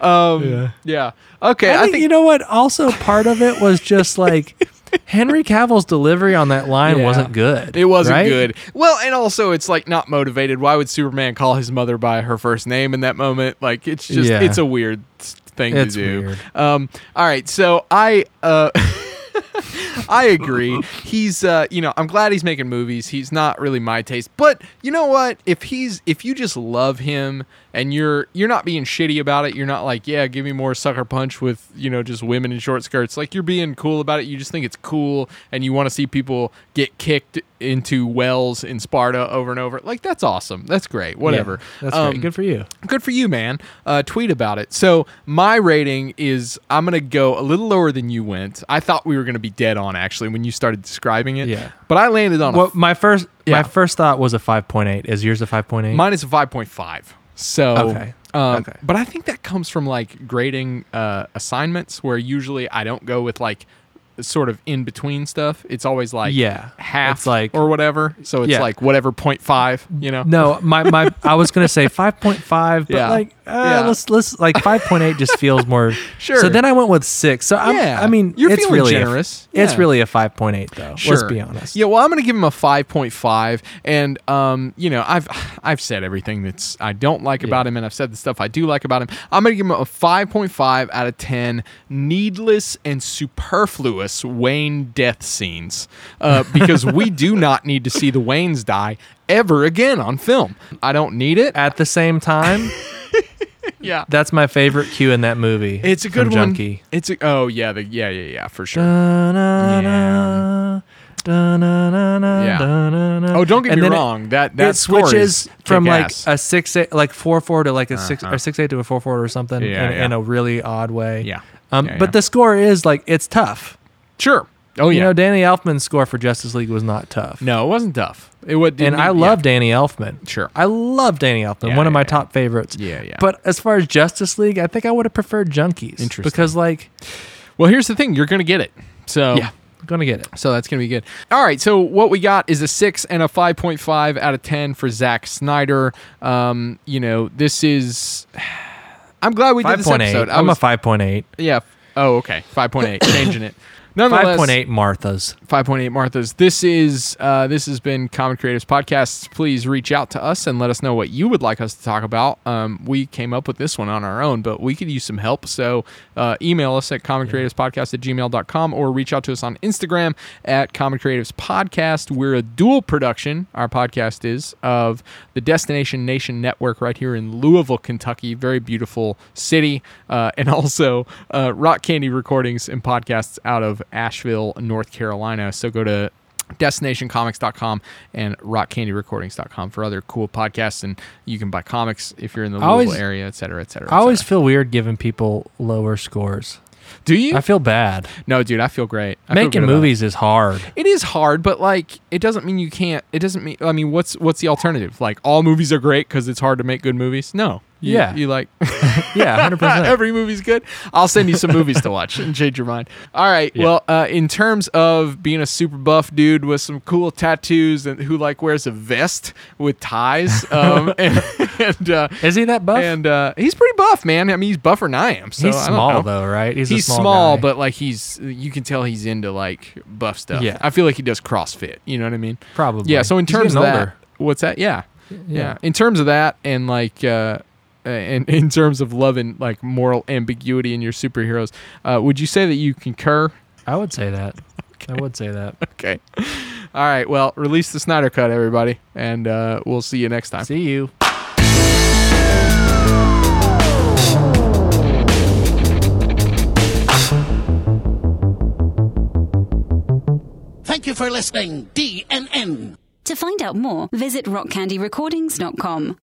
C: Um, yeah.
D: Yeah.
C: Okay.
D: I think, you know what? Also, part of it was just like Henry Cavill's delivery on that line
C: Yeah.
D: wasn't good.
C: It wasn't
D: right?
C: good. Well, and also it's like not motivated. Why would Superman call his mother by her first name in that moment? Like it's just
D: Yeah.
C: it's a weird s- thing
D: It's
C: to do.
D: weird.
C: Um all right, so I uh I agree. He's uh you know, I'm glad he's making movies. He's not really my taste. But you know what? If he's if you just love him and you're you're not being shitty about it, you're not like, yeah, give me more sucker punch with, you know, just women in short skirts. Like you're being cool about it. You just think it's cool and you want to see people get kicked into wells in Sparta over and over. Like that's awesome. That's great. Whatever.
D: Yeah, that's
C: Um,
D: great. Good for you.
C: good for you, man. Uh, tweet about it. So my rating is I'm gonna go a little lower than you went. I thought we were gonna be dead on actually when you started describing it.
D: Yeah.
C: But I landed on
D: Well, my first
C: Yeah.
D: my first thought was a 5.8. Is yours a 5.8?
C: a minus a 5.5. So.
D: Okay.
C: Um,
D: Okay.
C: But I think that comes from like grading uh, assignments where usually I don't go with like sort of in between stuff. It's always like
D: Yeah.
C: half
D: It's like-
C: or whatever. So it's
D: Yeah.
C: like whatever 0.5, you know?
D: no, my, my I was gonna say five point five, but
C: Yeah.
D: like uh,
C: Yeah.
D: let's let's like five point eight just feels more.
C: Sure.
D: So then I went with six. So I'm,
C: Yeah.
D: I mean,
C: You're
D: it's
C: feeling
D: really a-
C: generous.
D: It's
C: Yeah.
D: really a five point eight though. Let's be honest.
C: Yeah, well, I'm going to give him a 5.5, and um, you know, I've I've said everything that's I don't like about him, and I've said the stuff I do like about him. I'm going to give him a 5.5 out of 10. Needless and superfluous Wayne death scenes, uh, because we do not need to see the Waynes die ever again on film. I don't need it.
D: At the same time,
C: Yeah.
D: that's my favorite cue in that movie.
C: It's a
D: from
C: good one.
D: Junkie.
C: It's a, oh yeah, the, yeah yeah yeah for
D: Uh,
C: sure. Yeah.
D: Da-na-na, da-na-na-na,
C: Yeah.
D: da-na-na.
C: Oh, don't get
D: And
C: me
D: then it-
C: wrong. that that
D: It
C: score is
D: switches from like
C: kick-ass. Uh-huh.
D: a six eight, like four four to like a six or six eight to a four four or something
C: Yeah,
D: in,
C: yeah.
D: in a really odd way.
C: Yeah.
D: Um,
C: Yeah,
D: but
C: yeah.
D: the score is like it's tough.
C: sure. Oh
D: You
C: yeah.
D: know, Danny Elfman's score for Justice League was not tough.
C: No, it wasn't tough. It e-, would,
D: And I love Danny Elfman.
C: Sure.
D: I love Danny Elfman.
C: Yeah,
D: one
C: yeah,
D: of my
C: yeah.
D: top favorites.
C: Yeah, yeah.
D: But as far as Justice League, I think I would have preferred Junkies.
C: Interesting.
D: Because like,
C: Well, here's the thing: you're gonna get it. So
D: yeah, I'm gonna get it.
C: So that's gonna be good. All right. So what we got is a six and a five point five out of ten for Zack Snyder. Um, you know, this is. I'm glad we did
D: Five
C: this
D: point eight.
C: episode. I
D: I'm
C: was-
D: a five point eight.
C: yeah. Oh, okay. Five point eight. Changing it. Nonetheless,
D: Five point eight Marthas.
C: 5.8 Marthas. This is uh, this has been Common Creatives Podcasts. Please reach out to us and let us know what you would like us to talk about. Um, we came up with this one on our own, but we could use some help. So uh, email us at commoncreativespodcast at gmail.com or reach out to us on Instagram at Common Creatives Podcast. We're a dual production, our podcast is, of the Destination Nation Network right here in Louisville, Kentucky. Very beautiful city. Uh, and also uh, Rock Candy Recordings and Podcasts out of Asheville, North Carolina. So go to destinationcomics.com and rockcandyrecordings.com for other cool podcasts and you can buy comics if you're in the
D: I
C: Louisville
D: always-
C: area, et cetera, et cetera. et
D: I always
C: cetera.
D: feel weird giving people lower scores.
C: do you?
D: I feel bad.
C: no, dude, I feel great. I feel
D: Making
C: good about it.
D: movies is hard.
C: it is hard but like it doesn't mean you can't it doesn't mean i mean what's what's the alternative like all movies are great because it's hard to make good movies no You-
D: Yeah.
C: you like
D: Yeah, hundred percent.
C: every movie's good i'll send you some movies to watch and change your mind all right
D: Yeah.
C: well uh, in terms of being a super buff dude with some cool tattoos and who like wears a vest with ties um, and, and uh,
D: Is he that buff?
C: and uh, he's pretty buff man i mean he's buffer than i am so
D: he's
C: I don't know
D: small though, right? He's,
C: he's
D: a small,
C: small,
D: guy.
C: but like he's you can tell he's into like buff stuff.
D: Yeah.
C: I feel like he does CrossFit. You know what I mean?
D: probably.
C: Yeah. So in
D: He's
C: terms of
D: getting
C: that,
D: older.
C: what's that? Yeah. yeah,
D: yeah.
C: In terms of that, and like, uh, and in terms of loving like moral ambiguity in your superheroes, uh, would you say that you concur?
D: I would say that. I would say that.
C: Okay. All right. Well, release the Snyder Cut, everybody, and uh, we'll see you next time.
D: See you.
E: Thank you for listening, DNN.
A: To find out more, visit rockcandyrecordings.com.